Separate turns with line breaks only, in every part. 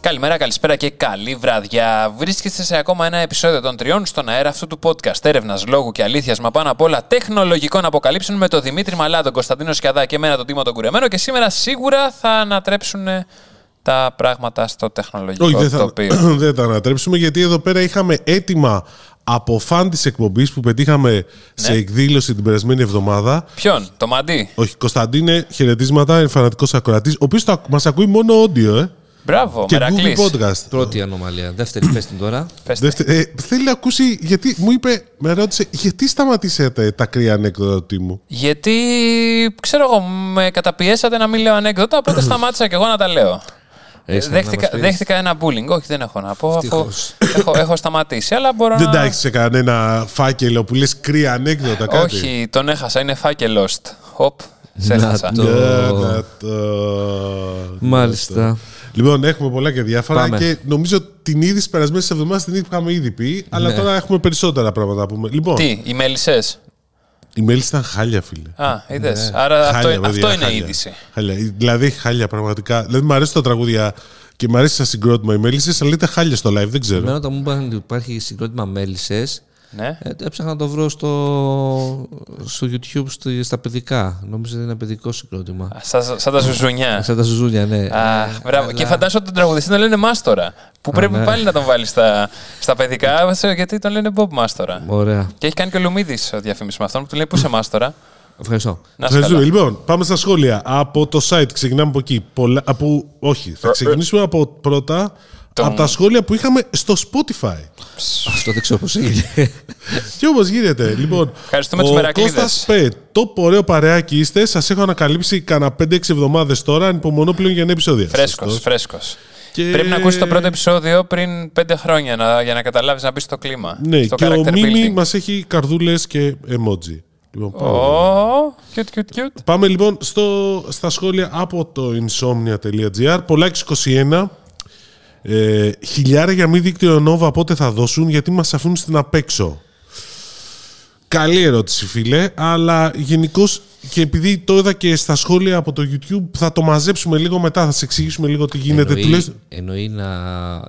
Καλημέρα, καλησπέρα και καλή βραδιά. Βρίσκεστε σε ακόμα ένα επεισόδιο των τριών στον αέρα αυτού του podcast. Έρευνας, λόγου και αλήθειας, μα πάνω απ' όλα τεχνολογικών αποκαλύψεων με τον Δημήτρη Μαλά, τον Κωνσταντίνος Σκιαδά και εμένα τον Τίμο τον Κουρεμένο. Και σήμερα σίγουρα θα ανατρέψουν ε, τα πράγματα στο τεχνολογικό
Όχι, δεν θα,
τοπίο.
δεν τα ανατρέψουμε γιατί εδώ πέρα είχαμε έτοιμα από φαν της εκπομπής που πετύχαμε σε εκδήλωση την περασμένη εβδομάδα.
Ποιον, το μαντί.
Όχι, Κωνσταντίνε, χαιρετίσματα, είναι φανατικός ακροατής, ο οποίος μας ακούει μόνο όντιο, ε.
Μπράβο,
Και
Μερακλής.
Google Podcast.
Πρώτη ανομαλία. Δεύτερη, πες την τώρα.
Δεύτε- ε, θέλει να ακούσει, γιατί μου είπε, με ρώτησε, γιατί σταματήσετε τα κρύα ανέκδοτα του Τίμου.
Γιατί ξέρω εγώ, με καταπιέσατε να μην λέω ανέκδοτα, οπότε σταμάτησα και εγώ να τα λέω.
Ε,
Έχεις κάτι να
δέχτηκα,
μας πεις?
δέχτηκα ένα bullying. Όχι, δεν έχω να πω. Αφού
Ευτυχώς.
έχω, έχω σταματήσει, αλλά μπορώ
Δεν
να.
τα έχεις σε κανένα φάκελο που λες κρύα ανέκδοτα, κάτι.
Όχι, τον έχασα. Είναι φάκελο. Χοπ, σε
Να
έχασα.
το. Ναι,
Ε, να το-
Μάλιστα.
Λοιπόν, έχουμε πολλά και διάφορα
Πάμε.
και νομίζω την είδηση περασμένης εβδομάδας την είχαμε ήδη πει, αλλά
Ναι.
τώρα έχουμε περισσότερα πράγματα να πούμε. Λοιπόν,
Τι, οι μέλισσες.
η μέλη ήταν χάλια, φίλε.
Α, είδες. Άρα αυτό,
Ναι. χάλια, παιδιά,
αυτό είναι η
χάλια.
είδηση.
Χάλια. Δηλαδή, χάλια πραγματικά. Δηλαδή, μου αρέσουν τα τραγούδια και μου αρέσει σαν συγκρότημα οι μέλισσες, αλλά ήταν χάλια στο live, δεν ξέρω.
Εμένα όταν μου είπαν ότι υπάρχει συγκρότημα μέλισσες,
Ναι.
ε, έψαχνα να το βρω στο, στο YouTube στη- στα παιδικά. Νόμιζα ότι είναι παιδικό συγκρότημα.
Σαν, σαν τα ζουζουνιά.
Σαν τα ζουζούνια, ναι.
Ε,
Αχ, μπράβο. Και φαντάζομαι ότι τον τραγουδιστή τον λένε Μάστορα. Που πρέπει
Ναι.
πάλι να τον βάλει στα, στα παιδικά, γιατί τον λένε Bob Μάστορα.
Ωραία.
Και έχει κάνει και ο Λουμίδης διαφήμιση με αυτόν που του λέει Πού είσαι Μάστορα.
Ευχαριστώ.
Να σε
Ευχαριστούμε.
καλά.
Λοιπόν, πάμε στα σχόλια. Από το site ξεκινάμε από εκεί. Πολλά, από, όχι,
Ε,
θα ξεκινήσουμε από πρώτα από τα σχόλια που είχαμε στο Spotify.
Αυτό Ναι, δεν ξέρω πώς έγινε.
Και όπως γίνεται. Λοιπόν,
Ευχαριστούμε τους
ο
Μερακλείδες.
Κώστας Πε, το ωραίο παρεάκι είστε. Σας έχω ανακαλύψει κανένα 5-6 εβδομάδες τώρα. Ανυπομονώ πλέον για νέα επεισόδια.
Φρέσκος,
Σωστός.
φρέσκος.
Και-
Πρέπει να ακούσεις το πρώτο επεισόδιο πριν πέντε χρόνια να, για να καταλάβεις να μπεις στο κλίμα.
Ναι,
στο
και ο
character
Μίμη
building.
μας έχει καρδούλες και emoji. Λοιπόν, πάμε.
Ω, cute, cute, cute.
Πάμε λοιπόν στο, στα σχόλια από το insomnia.gr. Πολάκης 21. Ε, χιλιάρα για μη δίκτυο Nova πότε θα δώσουν γιατί μας αφήνουν στην απέξω. Καλή ερώτηση φίλε, αλλά γενικώς και επειδή το είδα και στα σχόλια από το YouTube θα το μαζέψουμε λίγο μετά, θα σε εξηγήσουμε λίγο τι γίνεται.
εννοεί,
Ναι, Τουλάχιστον
εννοεί να,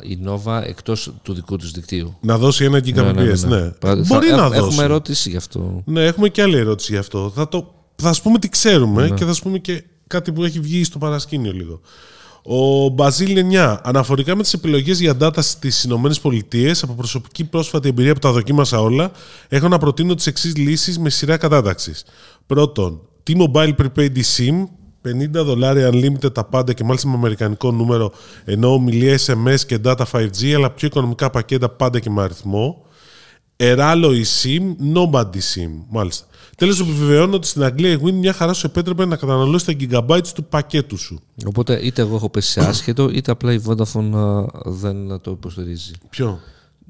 η Nova εκτός του δικού της δικτύου.
να δώσει ένα
Ναι, ναι, ναι,
Gbps, ναι.
ναι. Πράγματι, θα-
Μπορεί
έχ-
να
Έχουμε
δώσει.
ερώτηση γι' αυτό.
Ναι, έχουμε και άλλη ερώτηση γι' αυτό. Θα, το, θα σας πούμε τι ξέρουμε και θα σας πούμε και κάτι που έχει βγει στο παρασκήνιο λίγο. Ο Μπαζίλ 9. Αναφορικά με τις επιλογές για data στις Ηνωμένες Πολιτείες, από προσωπική πρόσφατη εμπειρία που τα δοκίμασα όλα, έχω να προτείνω τις εξής λύσεις με σειρά κατάταξης. Πρώτον, T-Mobile Prepaid SIM, 50 δολάρια unlimited τα πάντα και μάλιστα με αμερικανικό νούμερο, ενώ ομιλία SMS και data 5G, αλλά πιο οικονομικά πακέτα πάντα και με αριθμό. Εράλο η SIM, nobody SIM. Μάλιστα. Τέλος, επιβεβαιώνω ότι στην Αγγλία η Win μια χαρά σου επέτρεπε να καταναλώσει τα gigabytes του πακέτου σου.
Οπότε είτε εγώ έχω πέσει σε άσχετο, είτε απλά η Vodafone α, δεν το υποστηρίζει.
Ποιο.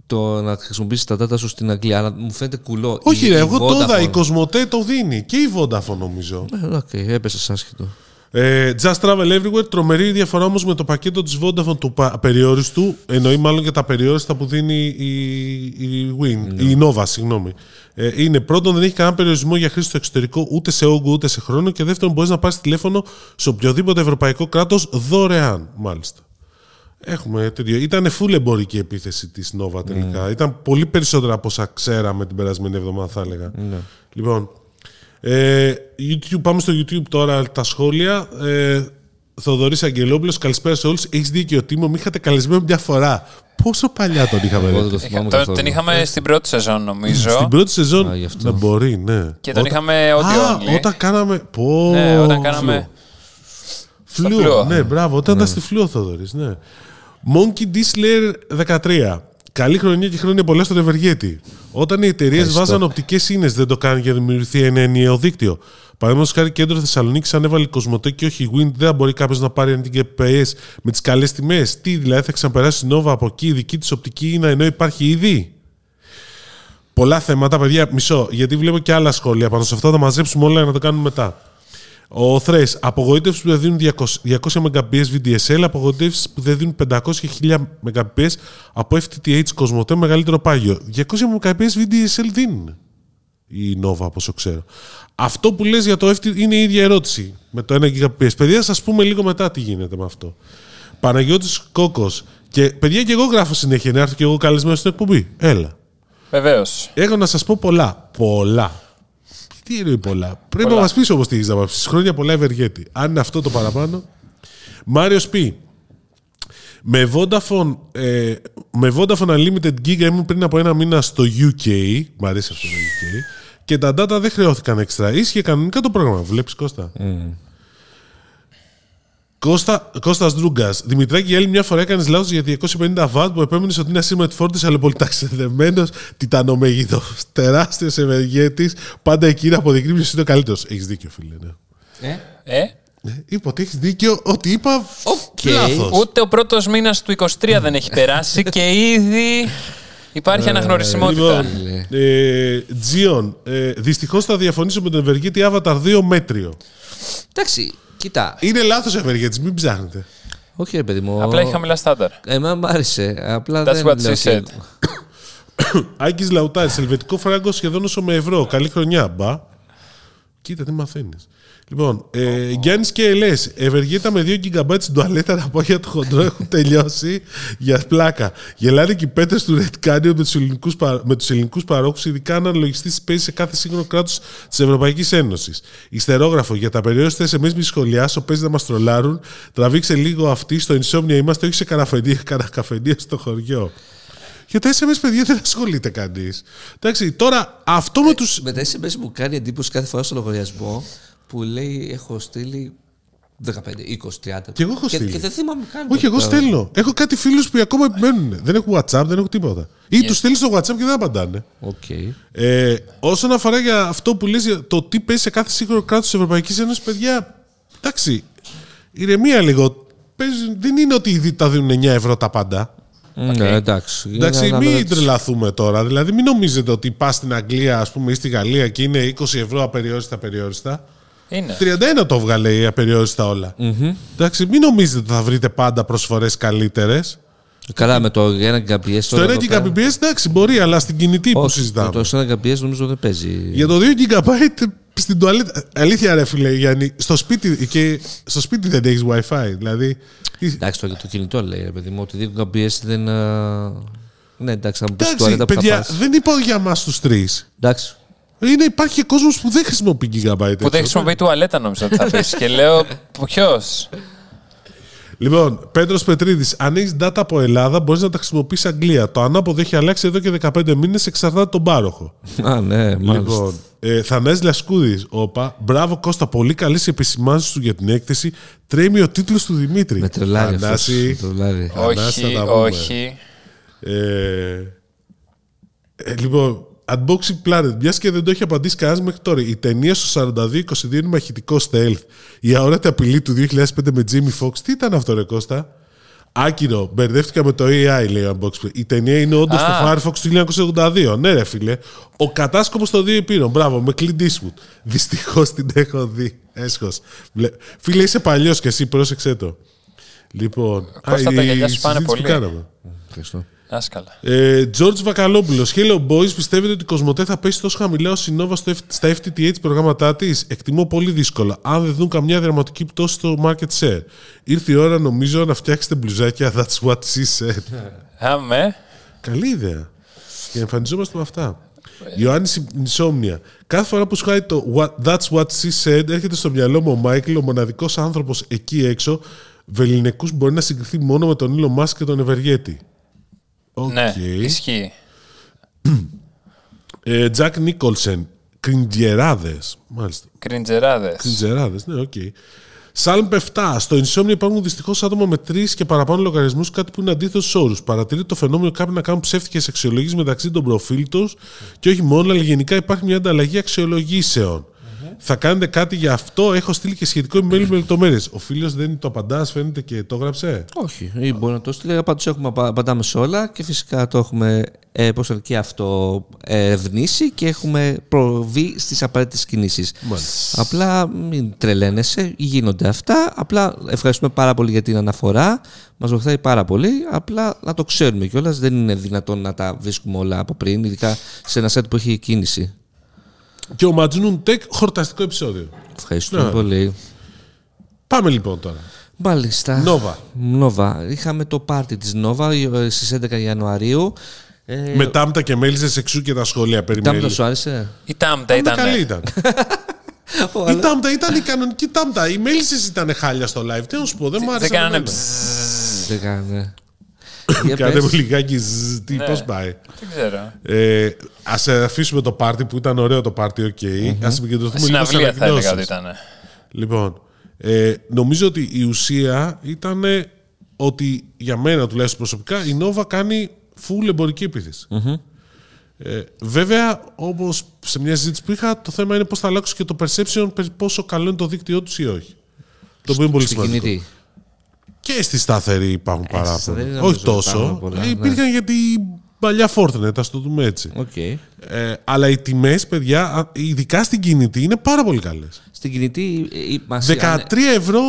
Το να χρησιμοποιήσεις τα data σου στην Αγγλία, αλλά μου φαίνεται κουλό.
Όχι,
Η-
ρε,
η
εγώ το είδα. Η
Vodafone.
Κοσμοτέ το δίνει. Και η Vodafone νομίζω.
Ε, Οκ, έπεσε σε άσχετο.
Ε, Just Travel Everywhere, τρομερή διαφορά όμως με το πακέτο της Vodafone του πα- απεριόριστου. Εννοεί μάλλον και τα απεριόριστα που δίνει η, η Win, η Nova, συγγνώμη. Ε, είναι πρώτον, δεν έχει κανένα περιορισμό για χρήση στο εξωτερικό ούτε σε όγκο ούτε σε χρόνο. Και δεύτερον, μπορείς να πάρεις τηλέφωνο σε οποιοδήποτε ευρωπαϊκό κράτος δωρεάν, μάλιστα. Έχουμε τέτοιο. Ήταν full εμπορική επίθεση της
Ναι.
Nova τελικά. Ήταν πολύ περισσότερα από όσα ξέραμε την περασμένη εβδομάδα, θα έλεγα.
Ναι.
Λοιπόν, ε, YouTube, πάμε στο YouTube τώρα τα σχόλια. Ε, Θοδωρής Αγγελόπουλος, καλησπέρα σε όλους. Έχεις δίκιο, Τίμο, με είχατε καλεσμένο μια φορά. Πόσο παλιά τον είχαμε
Εγώ
ρε.
δεν το
Είχα-
θυμάμαι
τον-
καθόλου.
Ε, Τον είχαμε στην πρώτη σεζόν, νομίζω.
Ε, Στην πρώτη σεζόν.
Α, γι' αυτό.
Να μπορεί, ναι.
Και τον
Όταν-
είχαμε audio
Α,
only.
όταν κάναμε. Πω,
Ναι, όταν
φλου.
κάναμε.
Φλου,
φλουό.
ναι, μπράβο. Όταν ήταν στη φλου ο Θόδωρης, ναι. Monkey Disler 13. Καλή χρονιά και χρόνια πολλά στον Ευεργέτη. Όταν οι εταιρείες βάζαν οπτικές ίνε, δεν το κάνουν για να δημιουργηθεί ένα ενιαίο δίκτυο. Παραδείγματος χάρη κέντρο Θεσσαλονίκης, αν έβαλε Κοσμοτέ και όχι η Wind, δεν θα μπορεί κάποιος να πάρει την GPS με τις καλές τιμές. Τι δηλαδή, θα ξαναπεράσει η Nova από εκεί, η δική της οπτική ίνα, ενώ υπάρχει ήδη. Πολλά θέματα, παιδιά, μισό. Γιατί βλέπω και άλλα σχόλια πάνω σε αυτά. Θα τα μαζέψουμε όλα για να το κάνουμε μετά. Ο Θρέ, απογοήτευσης που δεν δίνουν 200, 200 Mbps VDSL, απογοήτευσης που δεν δίνουν 500 και 1000 Mbps από FTTH Κοσμοτέ μεγαλύτερο πάγιο. 200 Mbps VDSL δίνουν η Nova, από όσο ξέρω. Αυτό που λες για το FT είναι η ίδια ερώτηση με το 1 Gbps. Παιδιά, σας πούμε λίγο μετά τι γίνεται με αυτό. Παναγιώτης Κόκος. Και παιδιά και εγώ γράφω συνέχεια, να έρθω και εγώ καλεσμένος στην εκπομπή. Έλα.
Βεβαίως.
Έχω να σας πω πολλά. Πολλά. Τι εννοεί πολλά. Πρέπει να μας πεις όμως τι έχεις να μας πεις. Χρόνια πολλά ευεργέτη. Αν είναι αυτό το παραπάνω. Μάριος πει. Με Vodafone, ε, με Vodafone Unlimited Giga ήμουν πριν από ένα μήνα στο UK. Μ' αρέσει αυτό το UK. Και τα data δεν χρεώθηκαν έξτρα. Ίσχυε κανονικά το πρόγραμμα. Βλέπεις Κώστα. Κώστα, Κώστας Ντρούγκας. Δημητράκη, η άλλη μια φορά έκανες λάθος για 250 βατ που επέμενες ότι είναι ασύμμετρη φόρτιση, αλλά πολύ ταξιδευμένος, τιτανομέγιδος. Τεράστιος ευεργέτης. Πάντα εκείνα αποδεικνύει ποιο είναι ο καλύτερος. Έχεις δίκιο, φίλε. Ναι.
Ε?
Ε,
Ε, Είπα ότι έχεις δίκιο, ότι είπα.
Οκ.
Λάθος.
ούτε ο πρώτος μήνας του 23 δεν έχει περάσει και ήδη υπάρχει αναγνωρισιμότητα.
Ε, Λοιπόν, ε, Τζίον, ε, δυστυχώς θα διαφωνήσω με τον Ευεργέτη Avatar 2 μέτριο.
Εντάξει, κοίτα.
Είναι λάθος Ευεργέτη, μην ψάχνετε.
Όχι, ρε παιδί μου.
Απλά έχει χαμηλά στάνταρ.
Εμένα μ' άρεσε. Απλά
That's
δεν
what she
λέω ότι-
said.
Άγκης Λαουτάρης, ελβετικό φράγκο σχεδόν όσο με ευρώ. Καλή χρονιά, μπα. Κοίτα, τι μαθαίνεις. Λοιπόν, ε, Γιάννης και Ελές, ευεργέτα με 2 GB στην τουαλέτα να πω για το χοντρό έχουν τελειώσει για πλάκα. Γελάνε και οι πέτρες του Red Canyon με τους ελληνικούς με τους ελληνικούς παρόχους, ειδικά αν αναλογιστεί τις παίζει σε κάθε σύγχρονο κράτος της Ευρωπαϊκής Ένωσης. Ιστερόγραφο, για τα περιόριστε εμεί μη σχολιάσω, παίζει να μας τρολάρουν. Τραβήξε λίγο αυτή στο insomnia είμαστε, όχι σε καναφενία, κανακαφενία στο χωριό. Για τα SMS, παιδιά, δεν ασχολείται κανείς. Εντάξει, τώρα αυτό με τους.
Με τα SMS μου κάνει εντύπωση κάθε φορά στο λογαριασμό που λέει έχω στείλει 15, 20, 30.
Κι εγώ έχω στείλει.
Και δεν θυμάμαι καν.
Όχι,
το
εγώ
πράγμα.
στέλνω. Έχω κάτι φίλους που ακόμα επιμένουν. Δεν έχουν WhatsApp, δεν έχουν τίποτα. Ή τους στέλνεις στο WhatsApp και δεν απαντάνε.
Οκ.
Ε, όσον αφορά για αυτό που λες για το τι παίζει σε κάθε σύγχρονο κράτος της Ευρωπαϊκής Ένωσης, παιδιά, εντάξει, ηρεμία λίγο. Παίζουν- δεν είναι ότι ήδη τα δίνουν 9 ευρώ τα πάντα.
Ναι, εντάξει.
Εντάξει,
Είναι ανάλογα
μην
της-
τρελαθούμε τώρα. Δηλαδή, μην νομίζετε ότι πας στην Αγγλία, ας πούμε, ή στη Γαλλία και είναι 20 ευρώ απεριόριστα απεριόριστα. Ε,
Είναι.
31 το βγάλε η απεριόριστα όλα. Εντάξει, μην νομίζετε ότι θα βρείτε πάντα προσφορές καλύτερες.
Καλά, με το ένα GBS.
Στο 1 GBps εντάξει μπορεί, αλλά στην κινητή που συζητάμε.
Το 1 GBS νομίζω δεν παίζει.
Για το 2 GB στην τουαλέτα. Αλήθεια, ρε φίλε Γιάννη, στο σπίτι, και στο σπίτι δεν έχεις WiFi. Δηλαδή.
Εντάξει, το, το κινητό λέει, ρε παιδί μου, ότι 2 GBS δεν. α, Ναι, εντάξει, θα μου πεις
Εντάξει,
τουαλέτα που θα
παιδιά,
πας.
δεν είπα για εμά τους τρεις.
Εντάξει.
Είναι, υπάρχει και κόσμος που δεν χρησιμοποιεί GB.
Που δεν χρησιμοποιεί τουαλέτα νομίζω ότι θα πεις. και λέω ποιος.
Λοιπόν, Πέτρος Πετρίδης, αν έχεις data από Ελλάδα, μπορείς να τα χρησιμοποιήσεις Αγγλία. Το ανάποδο έχει αλλάξει εδώ και 15 μήνες, εξαρτάται τον πάροχο.
Α, ναι, μάλιστα.
Λοιπόν, ε, Θανάη Λασκούδη, όπα. Μπράβο Κώστα, πολύ καλές επισημάνσεις του για την έκθεση. Τρέμει ο τίτλος του Δημήτρη.
Με τρελάρει αυτός,
Θανάση,
με τρελάρει.
Ανάστα,
όχι,
τα πούμε.
όχι.
Ε, ε, λοιπόν, Unboxing Planet, μιας και δεν το έχει απαντήσει κανένας μέχρι τώρα. Η ταινία στο 42-22 είναι μαχητικό stealth. Η αόρατη απειλή του 2005 με Jimmy Fox. Τι ήταν αυτό, ρε Κώστα. Άκυρο, μπερδεύτηκα με το AI, λέει ο Unboxing Planet. Η ταινία είναι όντως
Α.
το Firefox του 1982. Ναι, ρε φίλε. Ο κατάσκοπος των δύο υπήρων. Μπράβο, με Clint Eastwood. Δυστυχώς την έχω δει. Έσχος. Φίλε, είσαι παλιός και εσύ, πρόσεξε το. Λοιπόν, α,
Κώστα, τα
η
γυαλιά σου πάνε
συζήτηση που
πολύ.
κάναμε.
Ευχαριστώ.
Άσκαλα.
Ε, George Βακαλόπουλος. Hello, boys. Πιστεύετε ότι η Κοσμοτέ θα πέσει τόσο χαμηλά ως η Nova στο F- στα FTTH προγράμματά της. Εκτιμώ πολύ δύσκολα. Αν δεν δουν καμιά δραματική πτώση στο market share. Ήρθε η ώρα, νομίζω, να φτιάξετε μπλουζάκια. That's what she said.
Αμέ.
Καλή ιδέα. Και εμφανιζόμαστε με αυτά. Ιωάννης Insomnia. Κάθε φορά που σκάει το what, That's what she said, έρχεται στο μυαλό μου ο Μάικλ, ο μοναδικός άνθρωπος εκεί έξω. Βεληνικούς μπορεί να συγκριθεί μόνο με τον Ήλο Μάσκ και τον Ευεργέτη. Οκ.
Ναι, ισχύει.
Ε, Τζακ Νίκολσεν. Κριντζεράδες. Μάλιστα.
Κριντζεράδες.
Κριντζεράδες, ναι, οκ. Σάλμ 7. Στο Insomnia υπάρχουν δυστυχώς άτομα με τρεις και παραπάνω λογαριασμούς, κάτι που είναι αντίθετος στους όρους. Παρατηρείται το φαινόμενο κάποιοι να κάνουν ψεύτικες αξιολογήσεις μεταξύ των προφίλ τους και όχι μόνο, αλλά γενικά υπάρχει μια ανταλλαγή αξιολογήσεων. Θα κάνετε κάτι γι' αυτό. Έχω στείλει και σχετικό email με λεπτομέρειες. Ο φίλος δεν το απαντά, φαίνεται και το έγραψε.
Όχι, ή μπορεί να το στείλει. Πάντως έχουμε απα- απαντάμε σε όλα και φυσικά το έχουμε ε, πώς το λένε, και αυτό ε, ερευνήσει και έχουμε προβεί στις απαραίτητες κινήσεις. Απλά μην τρελαίνεσαι, γίνονται αυτά. Απλά ευχαριστούμε πάρα πολύ για την αναφορά. Μας βοηθάει πάρα πολύ. Απλά να το ξέρουμε κιόλας. Δεν είναι δυνατόν να τα βρίσκουμε όλα από πριν, ειδικά σε ένα site που έχει κίνηση.
Και ο Ματζουνούν Τεκ, χορταστικό επεισόδιο.
Ευχαριστούμε
Ναι.
πολύ.
Πάμε λοιπόν τώρα.
Μάλιστα.
Νόβα.
Νόβα. Είχαμε το πάρτι της Νόβα ε, στις 11 Ιανουαρίου. Ε,
Με τάμπτα και μέλισσες εξού και τα σχολεία
Τάμτα
περιμένει.
σου άρεσε.
Η Τάμτα ήταν.
Καλή ήταν.
Ο
Η
άλλος-
τάμπτα ήταν η κανονική τάμπτα. Οι μέλισσες ήταν χάλια στο live. Τι να σου πω, δεν μου άρεσε.
Δεν κάνανε
εμένα.
ψζζ.
Δεν έκανε. Για
Κάντε
πες.
Ναι. μου λιγάκι. ζζζ, Τι,
Ναι.
πώς πάει.
Δεν ξέρω.
Ε, Ας αφήσουμε το πάρτι που ήταν ωραίο το πάρτι, οκ. Ας επικεντρωθούμε λίγο στι
Συναυλία θα έλεγα ότι
ανακοινώσει.
ήταν.
Λοιπόν, ε, νομίζω ότι η ουσία ήταν ότι για μένα τουλάχιστον προσωπικά η Νόβα κάνει full εμπορική επίθεση. Ε, βέβαια, όπως σε μια συζήτηση που είχα, το θέμα είναι πώς θα αλλάξει και το perception περί πόσο καλό είναι το δίκτυό τους ή όχι. Το οποίο είναι πολύ
Στην
σημαντικό.
κινητή.
Και στη σταθερή υπάρχουν
σταθερή
παράπονα.
νομίζω
Όχι τόσο.
υπάρχουν πολλά,
Ε,
ναι.
υπήρχαν για την παλιά Fortnite, ας το δούμε έτσι.
Οκ.
Ε, αλλά οι τιμές, παιδιά, α- ειδικά στην κινητή, είναι πάρα πολύ καλές.
Στην κινητή ε, η- μας
13 ευρώ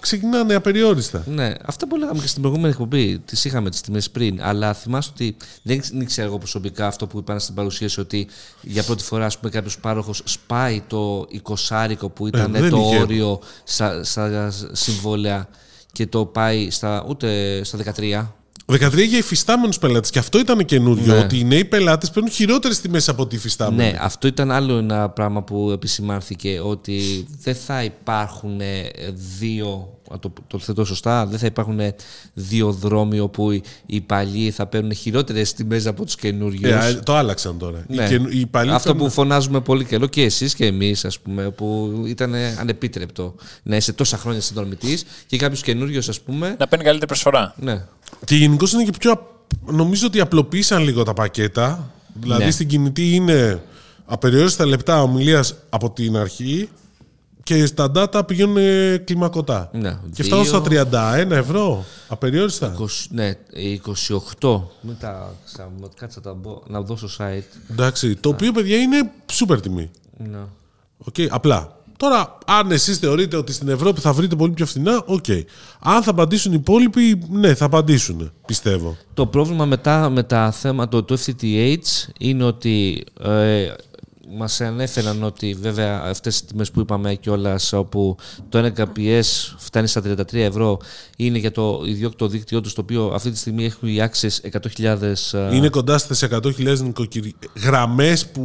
ξεκινάνε απεριόριστα.
Ναι, αυτά που λέγαμε και στην προηγούμενη εκπομπή, τις είχαμε τις τιμές πριν. Αλλά θυμάστε ότι δεν ήξερα εγώ προσωπικά αυτό που είπαν στην παρουσίαση ότι για πρώτη φορά ας πούμε, κάποιος πάροχος σπάει το 20 που ήταν
Ε, δεν
το
είχε.
όριο στα, στα συμβόλαια και το πάει στα, ούτε στα 13.
13 για υφιστάμενου πελάτες. Και αυτό ήταν καινούριο,
Ναι.
ότι οι νέοι πελάτες παίρνουν χειρότερες τιμές από ό,τι υφιστάμενοι.
Ναι, αυτό ήταν άλλο ένα πράγμα που επισημάνθηκε ότι δεν θα υπάρχουν ε, δύο. να Το, το θέτω σωστά. Δεν θα υπάρχουν ε, δύο δρόμοι όπου οι, οι παλιοί θα παίρνουν χειρότερες τιμές από τους καινούριους.
Ε, α, το άλλαξαν τώρα. Οι
Ναι.
καινου- οι παλιοί
Αυτό
φέρνουν-
που φωνάζουμε πολύ καιρό και εσείς και εμείς, ας πούμε, που ήταν ε, ανεπίτρεπτο να είσαι τόσα χρόνια συνδρομητή και κάποιος καινούριος, ας πούμε.
Να παίρνει καλύτερη προσφορά.
Ναι.
Και γενικώς είναι και πιο. απ- Νομίζω ότι απλοποίησαν λίγο τα πακέτα. Δηλαδή
Ναι.
στην κινητή είναι απεριόριστα λεπτά ομιλίας από την αρχή και στα data πηγαίνουν ε, κλιμακωτά.
Ναι,
και φτάνουν στα
δύο.
31 ευρώ. Απεριόριστα.
20, ναι, 28. Μην τα ξα- κάτσε να τα μπω- να δω στο site.
Εντάξει. Το οποίο, παιδιά, είναι σούπερ τιμή.
Ναι.
Οκ, απλά. Τώρα, αν εσείς θεωρείτε ότι στην Ευρώπη θα βρείτε πολύ πιο φθηνά, οκ. Αν θα απαντήσουν οι υπόλοιποι, ναι, θα απαντήσουν, πιστεύω.
Το πρόβλημα μετά με τα θέματα του FTTH είναι ότι ε, μας ανέφεραν ότι βέβαια αυτές οι τιμές που είπαμε κιόλα όπου το 1 kps φτάνει στα 33 ευρώ είναι για το ιδιόκτητο δίκτυό τους το οποίο αυτή τη στιγμή έχουν οι άξιες 100.000 ε,
Είναι κοντά στις 100.000 νοικοκυρι... γραμμές που,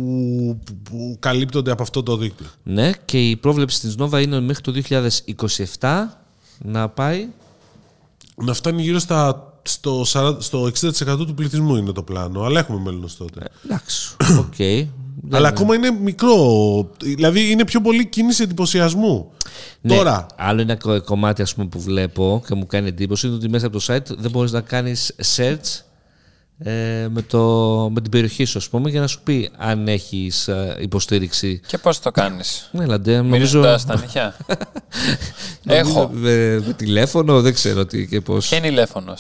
που, που καλύπτονται από αυτό το δίκτυο.
ναι, και η πρόβλεψη της Nova είναι μέχρι το 2027 να πάει
Να φτάνει γύρω στα, στο, 40 στο 60% του πληθυσμού είναι το πλάνο, αλλά έχουμε μέλλον τότε.
εντάξει, οκ Ε,
αλλά ακόμα είναι μικρό. Δηλαδή είναι πιο πολύ κίνηση εντυπωσιασμού.
Ναι,
Τώρα,
Άλλο ένα κο- κομμάτι ας πούμε, που βλέπω και μου κάνει εντύπωση είναι ότι μέσα από το site δεν μπορείς να κάνεις search ε, με, το, με την περιοχή σου, ας πούμε, για να σου πει αν έχεις ε, υποστήριξη.
Και πώς το κάνεις.
Ναι, Λαντέ, νομίζω...
Μυρίζοντα τα νυχιά.
νομίζω
Έχω. Ε,
Με, με τηλέφωνο, δεν ξέρω τι και πώς.
Και ηλέφωνο.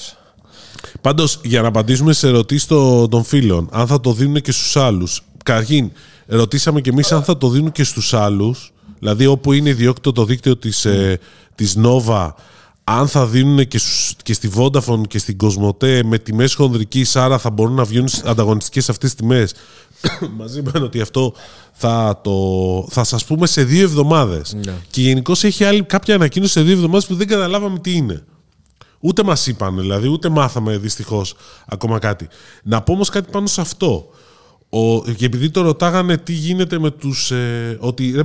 Πάντως, για να απαντήσουμε σε ερωτήσεις των, των φίλων, αν θα το δίνουν και στους άλλους. Καταρχήν, ρωτήσαμε κι εμείς αν θα το δίνουν και στους άλλους, δηλαδή όπου είναι ιδιόκτητο το δίκτυο της ε, της Nova, αν θα δίνουν και, στους- και στη Vodafone και στην Κοσμοτέ με τιμές χονδρικής, άρα θα μπορούν να βγαίνουν ανταγωνιστικές αυτές τις τιμές. Μαζί είπαν ότι αυτό θα, το, θα σας πούμε σε δύο εβδομάδες. Και γενικώς έχει άλλη, κάποια ανακοίνωση σε δύο εβδομάδες που δεν καταλάβαμε τι είναι. Ούτε μας είπαν, δηλαδή, ούτε μάθαμε δυστυχώς ακόμα κάτι. Να πω όμως κάτι πάνω σε αυτό. Ο, και επειδή το ρωτάγανε τι γίνεται με τους. Ε, ότι ρε,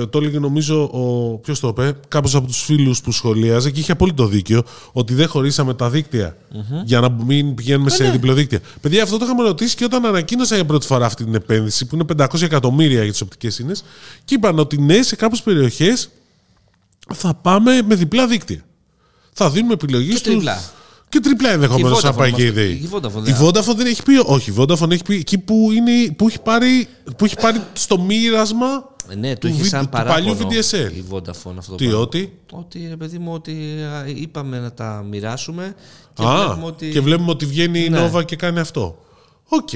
ε, το έλεγε νομίζω. Ο, ποιος το είπε, κάποιος από τους φίλους που σχολίαζε και είχε απόλυτο δίκιο ότι δεν χωρίσαμε τα δικτυα για να μην πηγαίνουμε σε διπλοδίκτυα. Παιδιά, αυτό το είχαμε ρωτήσει και όταν ανακοίνωσα για πρώτη φορά αυτή την επένδυση που είναι 500 εκατομμύρια για τις οπτικές ίνε και είπαν ότι ναι, σε κάποιες περιοχές θα πάμε με διπλά δίκτυα. Θα δίνουμε επιλογή
Και
στους-
τριπλά.
Και τριπλά ενδεχομένως
Και η
να
Vodafone
πάει και η
μας-
ΔΕΗ.
η Vodafone ναι. δεν-
Η Vodafone δεν έχει πει. Όχι, η Vodafone έχει πει εκεί που, είναι, που, έχει, πάρει, που έχει πάρει στο μοίρασμα
Ναι, το
του,
είχε
βι-
σαν
του
παράπονο
παλιού VDSL.
η Vodafone αυτό το
Τι,
πράγμα.
ότι.
Ότι, ρε παιδί μου, ότι α, είπαμε να τα μοιράσουμε και
Α,
βλέπουμε ότι...
και βλέπουμε ότι βγαίνει η
Ναι.
Nova και κάνει αυτό. Οκ.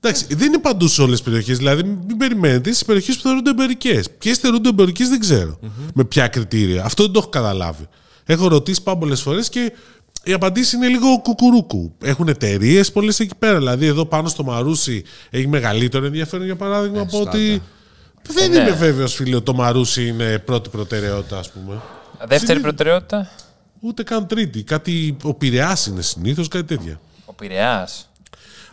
Εντάξει, δεν είναι παντού σε όλες τις περιοχές. Δηλαδή, μην περιμένετε στις περιοχές που θεωρούνται εμπορικές. Ποιες θεωρούνται εμπορικές δεν ξέρω. Με ποια κριτήρια. Αυτό δεν το έχω καταλάβει. Έχω ρωτήσει πάρα πολλές φορές και η απαντήση είναι λίγο κουκουρούκου. Έχουν εταιρείες πολλές εκεί πέρα. Δηλαδή, εδώ πάνω στο Μαρούσι έχει μεγαλύτερο ενδιαφέρον για παράδειγμα από
Ε, στάτα. Ε,
ότι. Δεν
ναι.
είμαι βέβαιος, φίλε, ότι το Μαρούσι είναι πρώτη προτεραιότητα, ας πούμε.
Δεύτερη προτεραιότητα.
Ούτε καν τρίτη. Κάτι ο Πειραιάς είναι συνήθως, κάτι τέτοια.
Ο Πειραιάς.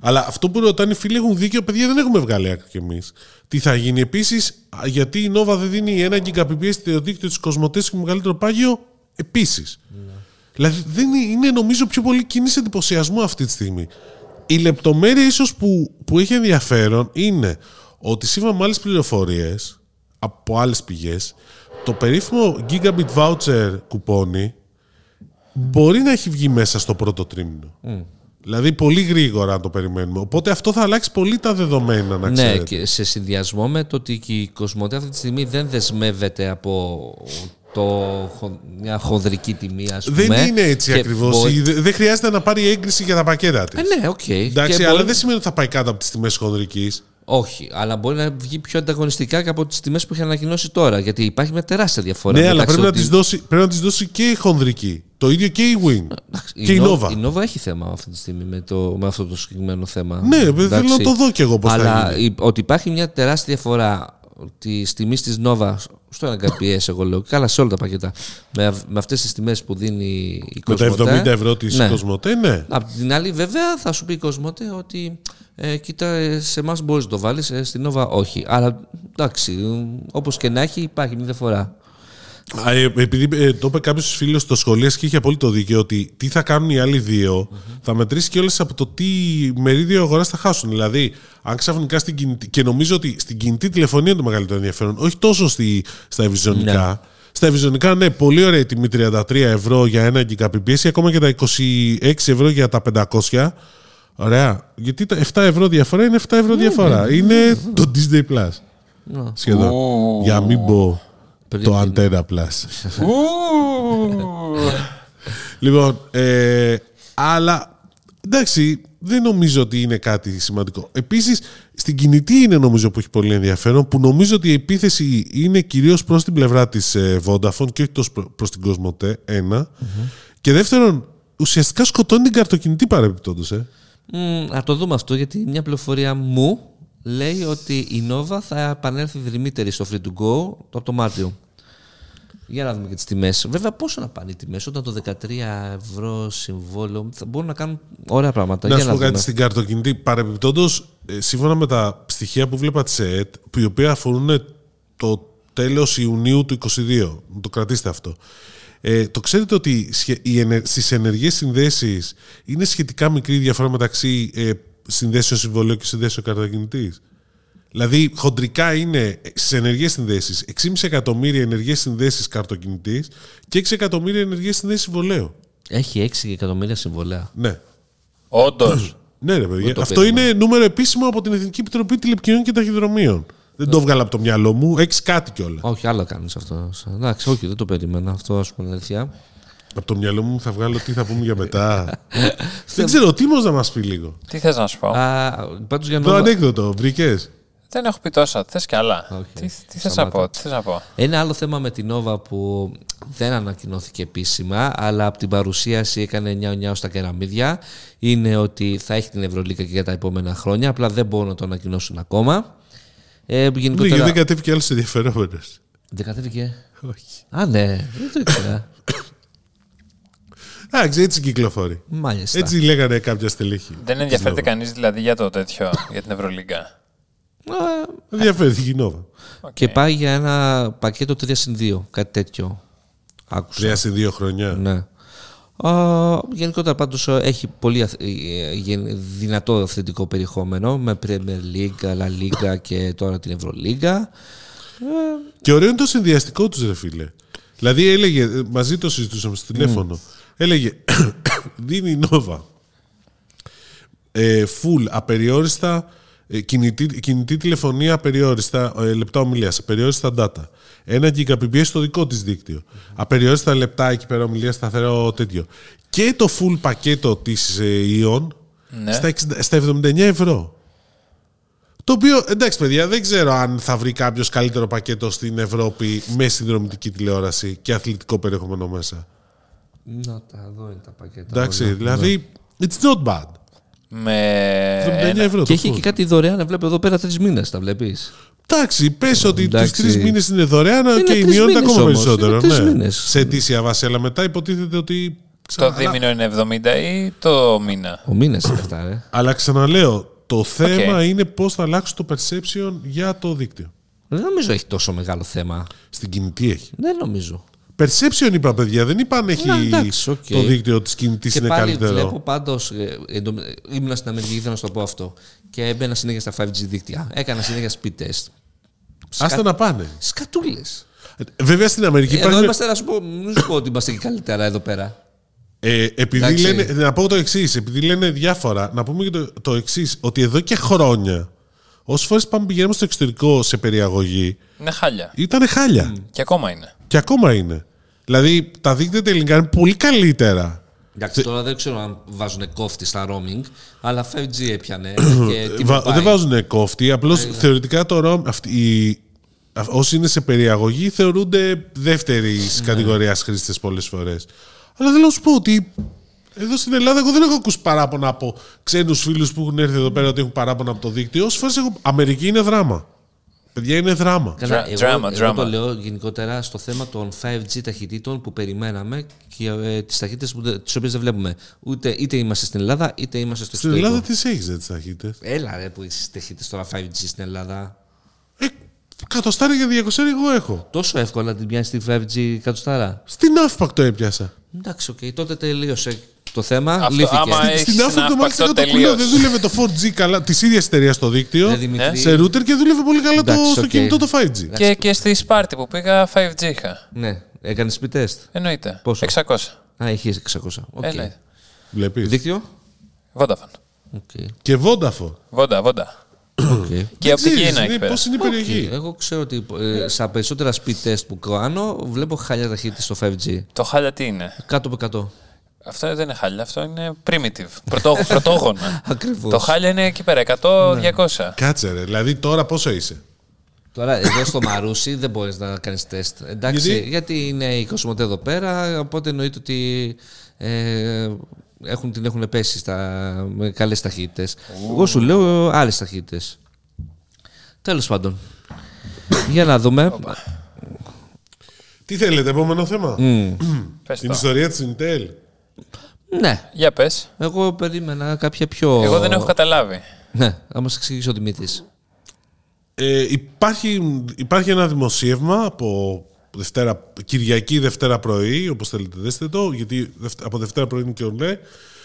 Αλλά αυτό που ρωτάνε οι φίλοι έχουν δίκιο, παιδιά δεν έχουμε βγάλει άκρη κι εμείς. Τι θα γίνει επίσης, γιατί η Νόβα δεν δίνει 1 GBps στο δίκτυο τη Κοσμοτές και μεγαλύτερο πάγιο, επίσης. Δηλαδή δεν είναι, είναι νομίζω πιο πολύ κίνηση εντυπωσιασμού αυτή τη στιγμή. Η λεπτομέρεια ίσως που, που έχει ενδιαφέρον είναι ότι σύμφωνα με άλλες πληροφορίες από άλλες πηγές, το περίφημο Gigabit Voucher κουπόνι μπορεί να έχει βγει μέσα στο πρώτο τρίμηνο. Δηλαδή πολύ γρήγορα αν το περιμένουμε. Οπότε αυτό θα αλλάξει πολύ τα δεδομένα, να
Ναι,
ξέρετε.
και σε συνδυασμό με το ότι και η Κοσμοτέ αυτή τη στιγμή δεν δεσμεύεται από το, χο- μια χονδρική τιμή, ας πούμε.
Δεν είναι έτσι
και
ακριβώς.
μπορεί-
Δεν χρειάζεται να πάρει έγκριση για τα πακέτα της.
Ε, ναι, οκ.
Εντάξει,
Και
αλλά
μπορεί-
δεν σημαίνει ότι θα πάει κάτω από τις τιμές χονδρικής.
Όχι, αλλά μπορεί να βγει πιο ανταγωνιστικά και από τις τιμές που έχει ανακοινώσει τώρα. Γιατί υπάρχει μια τεράστια διαφορά.
Ναι, αλλά
μεταξύ
πρέπει να,
ότι-
τις δώσει, πρέπει να τις δώσει και η χονδρική. Το ίδιο και η Win.
Εντάξει,
και η
Νο-
Nova.
Η Nova έχει θέμα αυτή τη στιγμή με, το, με αυτό το συγκεκριμένο θέμα.
Ναι, παιδί, θέλω να
Εντάξει.
το δω κι εγώ πώς θα
Αλλά
γίνει.
η- ότι υπάρχει μια τεράστια διαφορά τη τιμή της Nova στο 1 kps εγώ λέω, καλά σε όλα τα πακέτα, με, αυ- με αυτές τις τιμές που δίνει η
Με τα
Κοσμοτέ.
70 ευρώ της
Ναι.
Κοσμοτέ, ναι.
Απ' την άλλη, βέβαια, θα σου πει η Κοσμοτέ ότι ε, κοίτα, ε, σε εμάς μπορείς να το βάλεις, στην Nova όχι. Αλλά εντάξει, όπως και να έχει, υπάρχει μια διαφορά.
Α, ε, Επειδή ε, το είπε κάποιος φίλος στο σχολείο και είχε απόλυτο δίκιο ότι τι θα κάνουν οι άλλοι δύο, θα μετρήσει και όλες από το τι μερίδιο αγοράς θα χάσουν. Δηλαδή, αν ξαφνικά στην κινητή. και νομίζω ότι στην κινητή τηλεφωνία είναι το μεγαλύτερο ενδιαφέρον, όχι τόσο στη, στα ευρυζωνικά. Στα ευρυζωνικά, ναι, πολύ ωραία η τιμή 33 ευρώ για ένα γιγαπιπίεση, ακόμα και τα 26 ευρώ για τα 500. Ωραία. Γιατί τα 7 ευρώ διαφορά είναι 7 ευρώ διαφορά. Είναι το Disney Plus. Σχεδόν.
Ου.
Για να μην πω το
Πριν-
Antenna Plus.
Ου.
Λοιπόν, ε, αλλά εντάξει, δεν νομίζω ότι είναι κάτι σημαντικό. Επίσης, στην κινητή είναι νομίζω που έχει πολύ ενδιαφέρον, που νομίζω ότι η επίθεση είναι κυρίως προς την πλευρά της ε, Vodafone και όχι τόσο προ- προς την Κοσμοτέ, ένα. Και δεύτερον, ουσιαστικά σκοτώνει την καρτοκινητή παρεμπιπτόντως, ε.
Μμ, να το δούμε αυτό, γιατί μια πληροφορία μου λέει ότι η Nova θα επανέλθει δρυμύτερη στο Free to Go το- από το Μάρτιο. Για να δούμε και τις τιμές. Βέβαια, πόσο να πάνε οι τιμές, όταν το 13 ευρώ συμβόλαιο θα μπορούν να κάνουν ωραία πράγματα.
Να
Για
σου πω
να
κάτι
δούμε.
στην καρτοκινητή. Παρεμπιπτόντως, σύμφωνα με τα στοιχεία που βλέπα της ΕΕΤ, που οι οποία αφορούν το τέλος Ιουνίου του 2022. Το κρατήστε αυτό. Ε, το ξέρετε ότι σχε- οι ενε- στις ενεργές συνδέσεις είναι σχετικά μικρή η διαφορά μεταξύ ε, συνδέσεων συμβολέου και συνδέσεων καρτοκινητής. Δηλαδή, χοντρικά είναι ε, στι ενεργές συνδέσεις 6,5 εκατομμύρια ενεργές συνδέσεις καρτοκινητής και 6 εκατομμύρια ενεργές συνδέσεις συμβολέου.
Έχει 6 εκατομμύρια συμβολέα.
Ναι.
Όντως.
Ναι, ρε παιδιά.
το
Αυτό
παίζουμε.
είναι νούμερο επίσημο από την Εθνική Επιτροπή Τηλεπικοινωνιών και Ταχυδρομείων. Δεν
Ναι.
το βγάλα από το μυαλό μου. Έχεις κάτι κιόλας.
Όχι, άλλο κάνεις αυτό. Εντάξει, όχι, δεν το περίμενα αυτό, ας πούμε, αλήθεια.
Από το μυαλό μου θα βγάλω τι θα πούμε για μετά. Δεν ξέρω, τι όμως να μας πει λίγο.
Τι θες να σου πω.
Πάντως για
Το
να.
ανέκδοτο, βρήκες.
Δεν έχω πει τόσα. Θες κι άλλα.
Όχι.
Τι, τι θες να
Σταμάτα.
πω. Τι θες να πω.
Ένα άλλο θέμα με την Nova που δεν ανακοινώθηκε επίσημα, αλλά από την παρουσίαση έκανε 9-9 στα κεραμίδια, είναι ότι θα έχει την Ευρωλίκα και για τα επόμενα χρόνια. Απλά δεν μπορούν να το ανακοινώσουν ακόμα. Ε,
Ναι, γιατί
γενικότερα...
δεν κατέβηκε άλλος ενδιαφερόμενος.
Δεν κατέβηκε.
Όχι.
Α, ναι, δεν το ήξερα.
Εντάξει, έτσι κυκλοφορεί.
Μάλιστα.
Έτσι λέγανε κάποια στελέχη.
Δεν ενδιαφέρεται κανείς δηλαδή για το τέτοιο, για την Ευρωλίγκα.
Α,
Ενδιαφέρθηκε η Νόβα.
Ε, Και πάει για ένα πακέτο 3 συν 2, κάτι τέτοιο. Άκουσα.
Τρία σε δύο χρόνια.
Ναι. Α, γενικότερα πάντως έχει πολύ αθ- ε, γεν- δυνατό αθλητικό περιεχόμενο με Premier League, La Liga και τώρα την Ευρωλίγκα.
Και ωραίο είναι το συνδυαστικό τους, ρε φίλε. Δηλαδή έλεγε, ε, μαζί το συζητούσαμε στο τηλέφωνο. Έλεγε, δίνει η Νόβα ε, full απεριόριστα ε, κινητή, κινητή τηλεφωνία απεριόριστα ε, λεπτά ομιλίας, απεριόριστα data. Ένα γιγαπιμπιέ στο δικό της δίκτυο. Απεριόριστα λεπτά εκεί πέρα ομιλίας, σταθερό τέτοιο. Και το full πακέτο της ε, Ion
Ναι.
στα, 60 στα 79 ευρώ. Το οποίο, εντάξει παιδιά, δεν ξέρω αν θα βρει κάποιος καλύτερο πακέτο στην Ευρώπη με συνδρομητική τηλεόραση και αθλητικό περιεχόμενο μέσα.
Να τα δω είναι τα πακέτα.
Εντάξει,
όλα. ναι.
δηλαδή, it's not bad.
Με
79
ένα-
ευρώ
Και
το
Ε, έχει
full.
και κάτι δωρεάν, βλέπω εδώ πέρα τρεις μήνες, τα βλέπεις.
Εντάξει, πες ότι του
εντάξει.
τρεις μήνες είναι δωρεάν και
τρεις
η μειώνεται
μήνες
ακόμα
όμως,
περισσότερο.
είναι τρεις
ναι.
μήνες.
Σε αιτήσια βάση, αλλά μετά υποτίθεται ότι.
Το
ξαναλα-
δίμηνο είναι 70 ή το μήνα.
Ο μήνα είναι αυτά, ε. ρε.
Αλλά ξαναλέω, το θέμα είναι πώς θα αλλάξεις το perception για το δίκτυο.
Δεν νομίζω έχει τόσο μεγάλο θέμα.
Στην κινητή έχει.
Δεν νομίζω.
Perception είπα, παιδιά, δεν είπα αν έχει
Να, εντάξει, οκ.
το δίκτυο της κινητής
και
είναι
πάλι
καλύτερο.
βλέπω ε, πάντω. Ήμουνα στην Αμερική, ήθελα να σου το πω αυτό. Και έμπαινα συνέχεια στα 5G δίκτυα. Έκανα συνέχεια speed test.
Άστα να πάνε.
Σκατούλες.
Βέβαια στην Αμερική
Ε, Εδώ
υπάρχουν.
είμαστε, να σου πω, μην σου πω ότι είμαστε και καλύτερα εδώ πέρα.
Ε, επειδή
Εντάξει.
λένε, να πω το εξής, επειδή λένε διάφορα, να πούμε και το, το εξής, ότι εδώ και χρόνια, όσες φορές πάμε πηγαίνουμε στο εξωτερικό σε περιαγωγή,
Είναι χάλια.
ήταν χάλια.
Mm.
Και ακόμα είναι.
Και ακόμα είναι. Δηλαδή τα δίκτυα τα ελληνικά είναι πολύ καλύτερα.
Εντάξει, τώρα δεν ξέρω αν βάζουν κόφτη στα roaming, αλλά 5G έπιανε. και τι
Ε, Βα-
μου πάει.
δεν βάζουν κόφτη, απλώς θεωρητικά το ROM. Αυτοί, οι- α- όσοι είναι σε περιαγωγή θεωρούνται δεύτερη κατηγορίας χρήστες πολλές φορές. Αλλά θέλω να σου πω ότι εδώ στην Ελλάδα εγώ δεν έχω ακούσει παράπονα από ξένους φίλους που έχουν έρθει εδώ πέρα ότι έχουν παράπονα από το δίκτυο. Όσες φορές έχω. Αμερική είναι δράμα. Παιδιά είναι δράμα.
Καλά,
Dra-
εγώ,
drama,
εγώ
drama.
το λέω γενικότερα στο θέμα των 5G ταχυτήτων που περιμέναμε και ε, τις ταχύτητες που δε- τις οποίες δεν βλέπουμε. Ούτε, είτε είμαστε στην Ελλάδα, είτε είμαστε στο
Στην
εξωτερικό.
Ελλάδα τις έχεις δεν τις ταχύτητες.
Έλα ρε που έχεις ταχύτητες τώρα 5G στην Ελλάδα.
Ε, κατοστάρι για 200 εγώ έχω.
Τόσο εύκολα την πιάνεις τη 5G κατοστάρα.
Στην Αύπακ το έπιασα.
Εντάξει, οκ, τότε τελείωσε το θέμα,
Αυτό,
λύθηκε.
άμα έχεις
Στην
την
Αύπακτο μάλιστα
άφακτο
το κουνό
τελείως.
δεν δούλευε το 4G καλά τη ίδια εταιρεία στο δίκτυο.
Ρε Ναι, Δημητρή,
σε router και δούλευε πολύ καλά το,
Εντάξει,
στο
οκ.
κινητό το 5G.
Και, και στη Σπάρτη που πήγα 5G είχα.
Ναι, έκανες speed test.
Εννοείται.
Πόσο?
600.
Α, έχεις 600. Οκ.
Εννοείται.
Βλέπεις.
Δίκτυο.
Vodafone.
Οκ.
Και Vodafone.
Βόντα, βόντα.
Οκ.
Και η οπτική
Ξέρεις,
είναι εκεί
είναι
πέρα.
πώς είναι η περιοχή.
Εγώ ξέρω ότι ε, στα περισσότερα speed test που κάνω βλέπω χάλια ταχύτητη στο 5G.
Το χάλια τι είναι.
Κάτω από 100.
Αυτό δεν είναι χάλια, αυτό είναι primitive. Πρωτό, πρωτόγωνα.
Ακριβώς.
Το χάλια είναι εκεί πέρα,
Ναι.
100-200.
ε.
Κάτσε ρε, δηλαδή τώρα πόσο είσαι.
Τώρα εδώ στο Μαρούσι δεν μπορείς να κάνεις τεστ. Εντάξει,
Γιατί?
γιατί, είναι η Κοσμοτέ εδώ πέρα, οπότε εννοείται ότι ε, έχουν, την έχουν πέσει στα, με καλές ταχύτητες. Εγώ σου λέω άλλες ταχύτητες. Τέλος πάντων. Για να δούμε.
Τι θέλετε, επόμενο θέμα.
Πες
Την
το.
ιστορία της Intel.
ναι,
Για πες.
εγώ περίμενα κάποια πιο.
Εγώ δεν έχω καταλάβει.
Ναι, θα μας εξηγήσει ο Δημήτρης.
Ε, υπάρχει, υπάρχει ένα δημοσίευμα από Δευτέρα, Κυριακή Δευτέρα πρωί, όπως θέλετε δέστε το, γιατί δευτε- από Δευτέρα πρωί είναι και ολέ,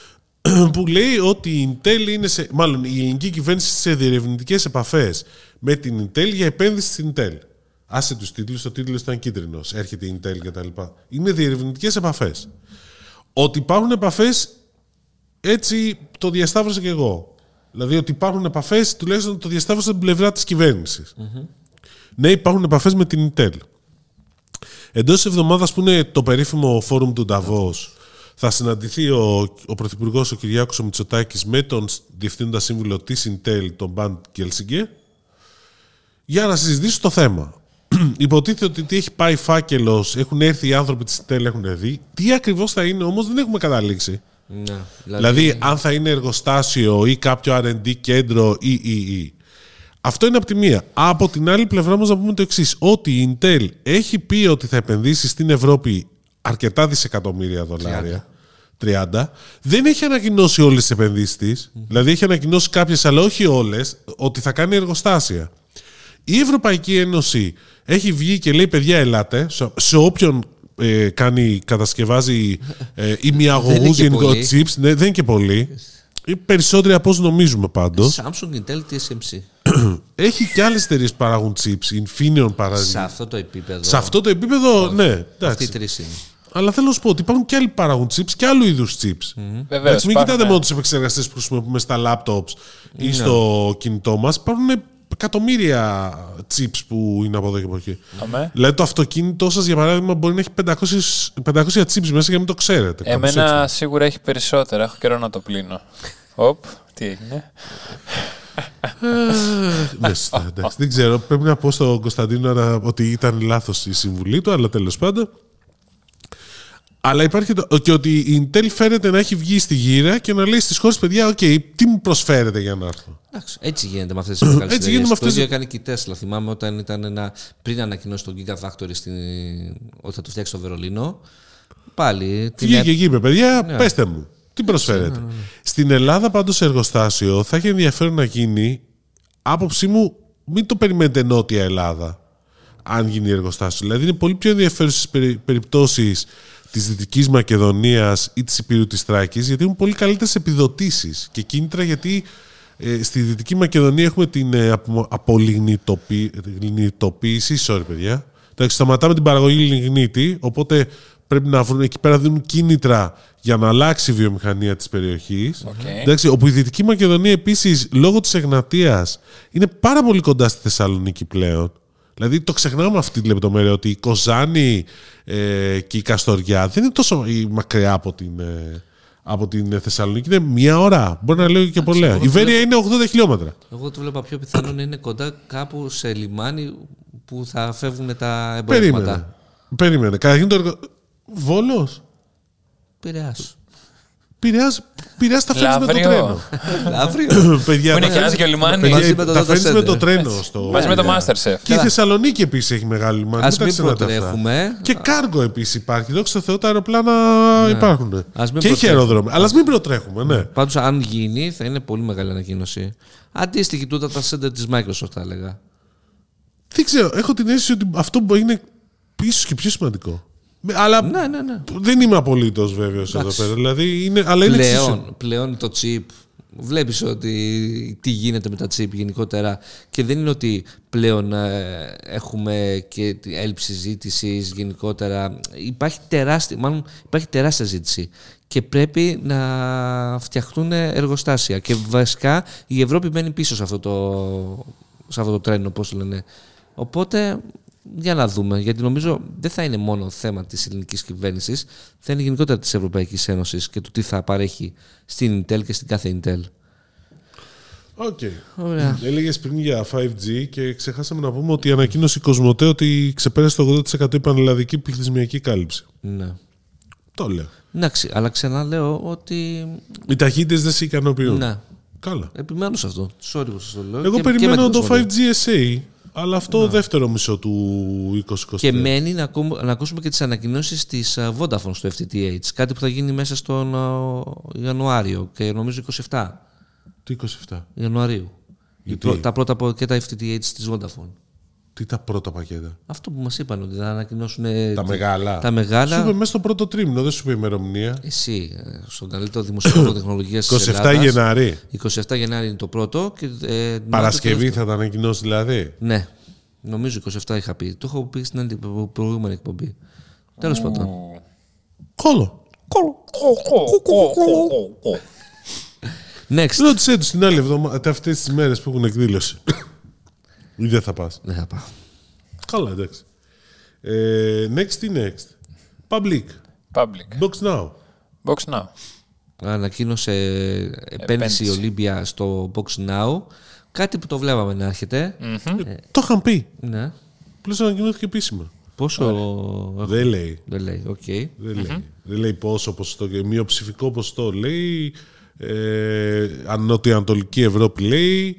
που λέει ότι η Intel είναι σε, μάλλον η ελληνική κυβέρνηση σε διερευνητικές επαφές με την Intel για επένδυση στην Intel. Άσε τους τίτλους, ο τίτλος ήταν κίτρινος, έρχεται η Intel κτλ. Είναι διερευνητικές επαφές. Ότι υπάρχουν επαφές έτσι το διασταύρωσα και εγώ. Δηλαδή ότι υπάρχουν επαφές, τουλάχιστον το διασταύρωσα από την πλευρά της κυβερνηση Ναι, υπάρχουν επαφές με την Intel. Εντός εβδομάδας που είναι το περίφημο φόρουμ του Νταβός, θα συναντηθεί ο, ο Πρωθυπουργός ο Κυριάκος Μητσοτάκη με τον Διευθύνοντα Σύμβουλο της Intel, τον Μπαντ Κέλσιγκε, για να συζητήσει το θέμα. Υποτίθεται ότι τι έχει πάει φάκελος, έχουν έρθει οι άνθρωποι της Intel, έχουν δει. Τι ακριβώς θα είναι όμως δεν έχουμε καταλήξει.
Ναι,
Δηλαδή, αν θα είναι εργοστάσιο ή κάποιο R&D κέντρο ή, ή, ή. Αυτό είναι από τη μία. Από την άλλη πλευρά όμως να πούμε το εξής: Ότι η Intel έχει πει ότι θα επενδύσει στην Ευρώπη αρκετά δισεκατομμύρια δολάρια. 30. Δεν έχει ανακοινώσει όλες τις επενδύσεις της. Δηλαδή έχει ανακοινώσει κάποιες αλλά όχι όλες ότι θα κάνει εργοστάσια. Η Ευρωπαϊκή Ένωση έχει βγει και λέει παιδιά ελάτε σε, σε όποιον ε, κάνει, κατασκευάζει ε,
είναι
ημιαγωγούς
και
γενικό
πολύ.
chips. Ναι, δεν είναι και πολύ. Οι περισσότεροι από όσους νομίζουμε πάντως.
Samsung Intel TSMC.
Έχει και άλλες εταιρείες που παράγουν chips. Infineon παράγει.
Σε αυτό το επίπεδο.
Σε αυτό το επίπεδο, ναι.
Αυτοί οι
Εντάξει.
τρεις είναι.
Αλλά θέλω να σου πω ότι υπάρχουν και άλλοι που παράγουν chips και άλλου είδους chips.
Βεβαίως,
μην
υπάρχουν,
κοιτάτε
ε.
μόνο τους επεξεργαστές που χρησιμοποιούμε στα laptops ή στο κινητό μας. Υπάρχουν εκατομμύρια chips που είναι από εδώ και από εκεί.
Αμέ.
Δηλαδή το αυτοκίνητό σας, για παράδειγμα, μπορεί να έχει 500, 500 chips μέσα και να μην το ξέρετε. Κάπως έτσι.
Ε, Εμένα σίγουρα έχει περισσότερα. Έχω καιρό να το πλύνω. Οπ, τι έγινε.
Ναι, σωστά, εντάξει. Δεν ξέρω. Πρέπει να πω στον Κωνσταντίνο να- ότι ήταν λάθος η συμβουλή του, αλλά τέλος πάντων. Αλλά υπάρχει το, και ότι η Intel φαίνεται να έχει βγει στη γύρα και να λέει στις χώρες, παιδιά, οκ, τι μου προσφέρετε για να έρθω.
Εντάξει, έτσι γίνεται με αυτές τις μεγάλε
Έτσι γίνεται με
Το
αυτές-
ίδιο έκανε και η Τέσλα. Θυμάμαι όταν ήταν ένα, πριν ανακοινώσει τον Gigafactory στην, ότι θα το φτιάξει στο Βερολίνο. Πάλι. την ε-
Βγήκε
έπ-
εκεί, είπε, παιδιά, πέστε μου. Τι προσφέρετε. Στην Ελλάδα πάντως σε εργοστάσιο θα έχει ενδιαφέρον να γίνει, άποψή μου, μην το περιμένετε νότια Ελλάδα, αν γίνει εργοστάσιο. Δηλαδή είναι πολύ πιο ενδιαφέρουσες περι, περιπτώσεις της Δυτικής Μακεδονίας ή της Υπήρου της Θράκης, γιατί έχουν πολύ καλύτερες επιδοτήσεις και κίνητρα γιατί ε, στη Δυτική Μακεδονία έχουμε την ε, απο- απολιγνητοποι- λιγνητοποίηση. Sorry, παιδιά. Εντάξει, σταματάμε την παραγωγή λιγνίτη, οπότε πρέπει να βρουν εκεί πέρα δίνουν κίνητρα για να αλλάξει η βιομηχανία της περιοχής. Εντάξει, όπου η Δυτική Μακεδονία επίσης λόγω της Εγνατίας είναι πάρα πολύ κοντά στη Θεσσαλονίκη πλέον. Δηλαδή το ξεχνάμε αυτή τη λεπτομέρεια ότι η Κοζάνη ε, και η Καστοριά δεν είναι τόσο ε, μακριά από την, ε, από την ε, Θεσσαλονίκη. Είναι μία ώρα. Μπορεί να λέω και πολλά.
εγώ
Η
το
Βέρεια είναι 80 χιλιόμετρα.
Εγώ το βλέπα πιο πιθανό να είναι κοντά κάπου σε λιμάνι που θα φεύγουν τα
Περίμενε.
εμπορεύματα.
Περίμενε. Καταρχήν το εργο... Βόλος.
Πειραιάς.
Πειράζει, πειράζει τα φέρνεις με το
Λαύριο.
τρένο.
Αύριο.
Παιδιά,
Που είναι
τα
και ένα
φέρνεις-
δυο λιμάνι.
παιδιά,
Μαζί με το
τα
Data
φέρνεις με
Center.
το τρένο στο... Ναι,
Μαζί με το Masterchef.
Και η Θεσσαλονίκη επίσης έχει μεγάλο λιμάνι. μην
Ας
τα
μην
ξεχνάτε
προτρέχουμε. Ναι.
αυτά. Και κάργο επίσης υπάρχει. Δόξα τω Θεώ τα αεροπλάνα υπάρχουν.
Ας μην
και έχει
προτρέχουμε.
αεροδρόμια. Αλλά ας μην προτρέχουμε, ναι.
Πάντως, αν γίνει, θα είναι πολύ μεγάλη ανακοίνωση. Αντίστοιχη του data center της Microsoft, θα έλεγα.
Δεν ξέρω, έχω την αίσθηση ότι αυτό μπορεί να είναι ίσως και πιο σημαντικό. Με- Αλλά
Ναι, ναι, ναι.
δεν είμαι απολύτως βέβαιος εδώ πέρα. Δηλαδή είναι, αλλά είναι εξίσου.
πλέον, πλέον το chip. Βλέπεις ότι τι γίνεται με τα chip γενικότερα και δεν είναι ότι πλέον ε, έχουμε και τη έλλειψη ζήτηση γενικότερα. Υπάρχει τεράστια, μάλλον υπάρχει τεράστια ζήτηση και πρέπει να φτιαχτούν εργοστάσια και βασικά η Ευρώπη μπαίνει πίσω σε αυτό το, σε αυτό το τρένο πώς λένε. Οπότε για να δούμε, γιατί νομίζω δεν θα είναι μόνο θέμα της ελληνικής κυβέρνησης, θα είναι γενικότερα της Ευρωπαϊκής Ένωσης και του τι θα παρέχει στην Intel και στην κάθε Intel.
Οκ.
Ωραία.
Έλεγες πριν για 5G και ξεχάσαμε να πούμε ότι η ανακοίνωση Κοσμοτέ ότι ξεπέρασε το 80% η πανελλαδική πληθυσμιακή κάλυψη.
Ναι.
Το λέω.
Εντάξει, αλλά ξαναλέω ότι
Οι ταχύτητες δεν σε ικανοποιούν.
ναι,
Καλά.
επιμένω σε αυτό. Sorry που σας το λέω.
Εγώ
Και- και
περιμένω
με
το
κόσμο.
5G SA, αλλά αυτό δεύτερο μισό του 2023.
Και μένει να, ακούμε, να ακούσουμε και τις ανακοινώσεις της ε, Vodafone στο FTTH, κάτι που θα γίνει μέσα στον ε, Ιανουάριο και νομίζω 27
Τι 27.
Ιανουαρίου. Η
Γιατί?
πρω- Τα πρώτα πακέτα FTTH της Vodafone.
Τι τα πρώτα πακέτα.
Αυτό που μας είπαν ότι θα ανακοινώσουν
Τα μεγάλα.
τα
Σου
μεγάλα.
είπε μέσα στο πρώτο τρίμηνο, δεν σου είπε ημερομηνία.
Εσύ, ε, στον καλύτερο δημοσιογράφο τεχνολογίας της
27 Γενάρη.
27 Γενάρη είναι το πρώτο. Και, ε, την
Παρασκευή
άλλη το
θα τα ανακοινώσει δηλαδή.
τελευταίο. Ναι, νομίζω 27 είχα πει. Το έχω πει στην άλλη προ- προηγούμενη εκπομπή. Τέλος πάντων.
Κόλο.
Next.
Ρώτησέ τους την άλλη εβδομάδα, αυτές τις μέρες που έχουν εκδήλωση. Ή δεν θα πας.
Δεν Ναι, θα πάω.
Καλά, εντάξει. Ε, next τι next. Public.
Public.
Box now.
Box now.
Ανακοίνωσε επένδυση η
Επένδυση.
Ολύμπια στο Box Now. Κάτι που το βλέπαμε να έρχεται.
Ε, το είχαν πει.
Ναι.
Πλέον ανακοινώθηκε επίσημα.
Πόσο.
Δεν λέει.
Δεν λέει, οκ.
Δεν, λέει. δεν λέει πόσο ποσοστό και μειοψηφικό ποσοστό λέει. Ε, αν Νοτιοανατολική Ευρώπη λέει.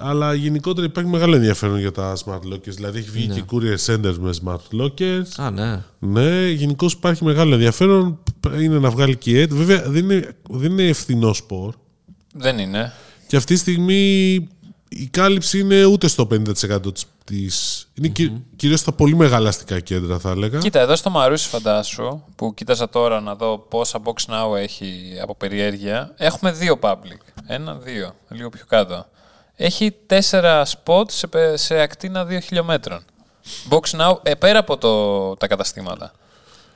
Αλλά γενικότερα υπάρχει μεγάλο ενδιαφέρον για τα smart lockers. Δηλαδή έχει βγει και courier centers με smart lockers.
Α, ναι.
Ναι, γενικώς υπάρχει μεγάλο ενδιαφέρον. Είναι να βγάλει και η ΕΤ. Βέβαια δεν είναι, δεν είναι ευθυνός σπορ.
Δεν είναι.
Και αυτή τη στιγμή η κάλυψη είναι ούτε στο 50% της... της- ειναι κυ- κυρίως στα πολύ μεγάλα αστικά κέντρα θα έλεγα.
Κοίτα, εδώ στο Μαρούσι φαντάσου, που κοίταζα τώρα να δω πόσα Box Now έχει από περιέργεια, έχουμε δύο public. Ένα, δύο, λίγο πιο κάτω. Έχει τέσσερα spot σε, πε- σε ακτίνα δύο χιλιόμετρων. Box Now, ε, πέρα από το, τα καταστήματα.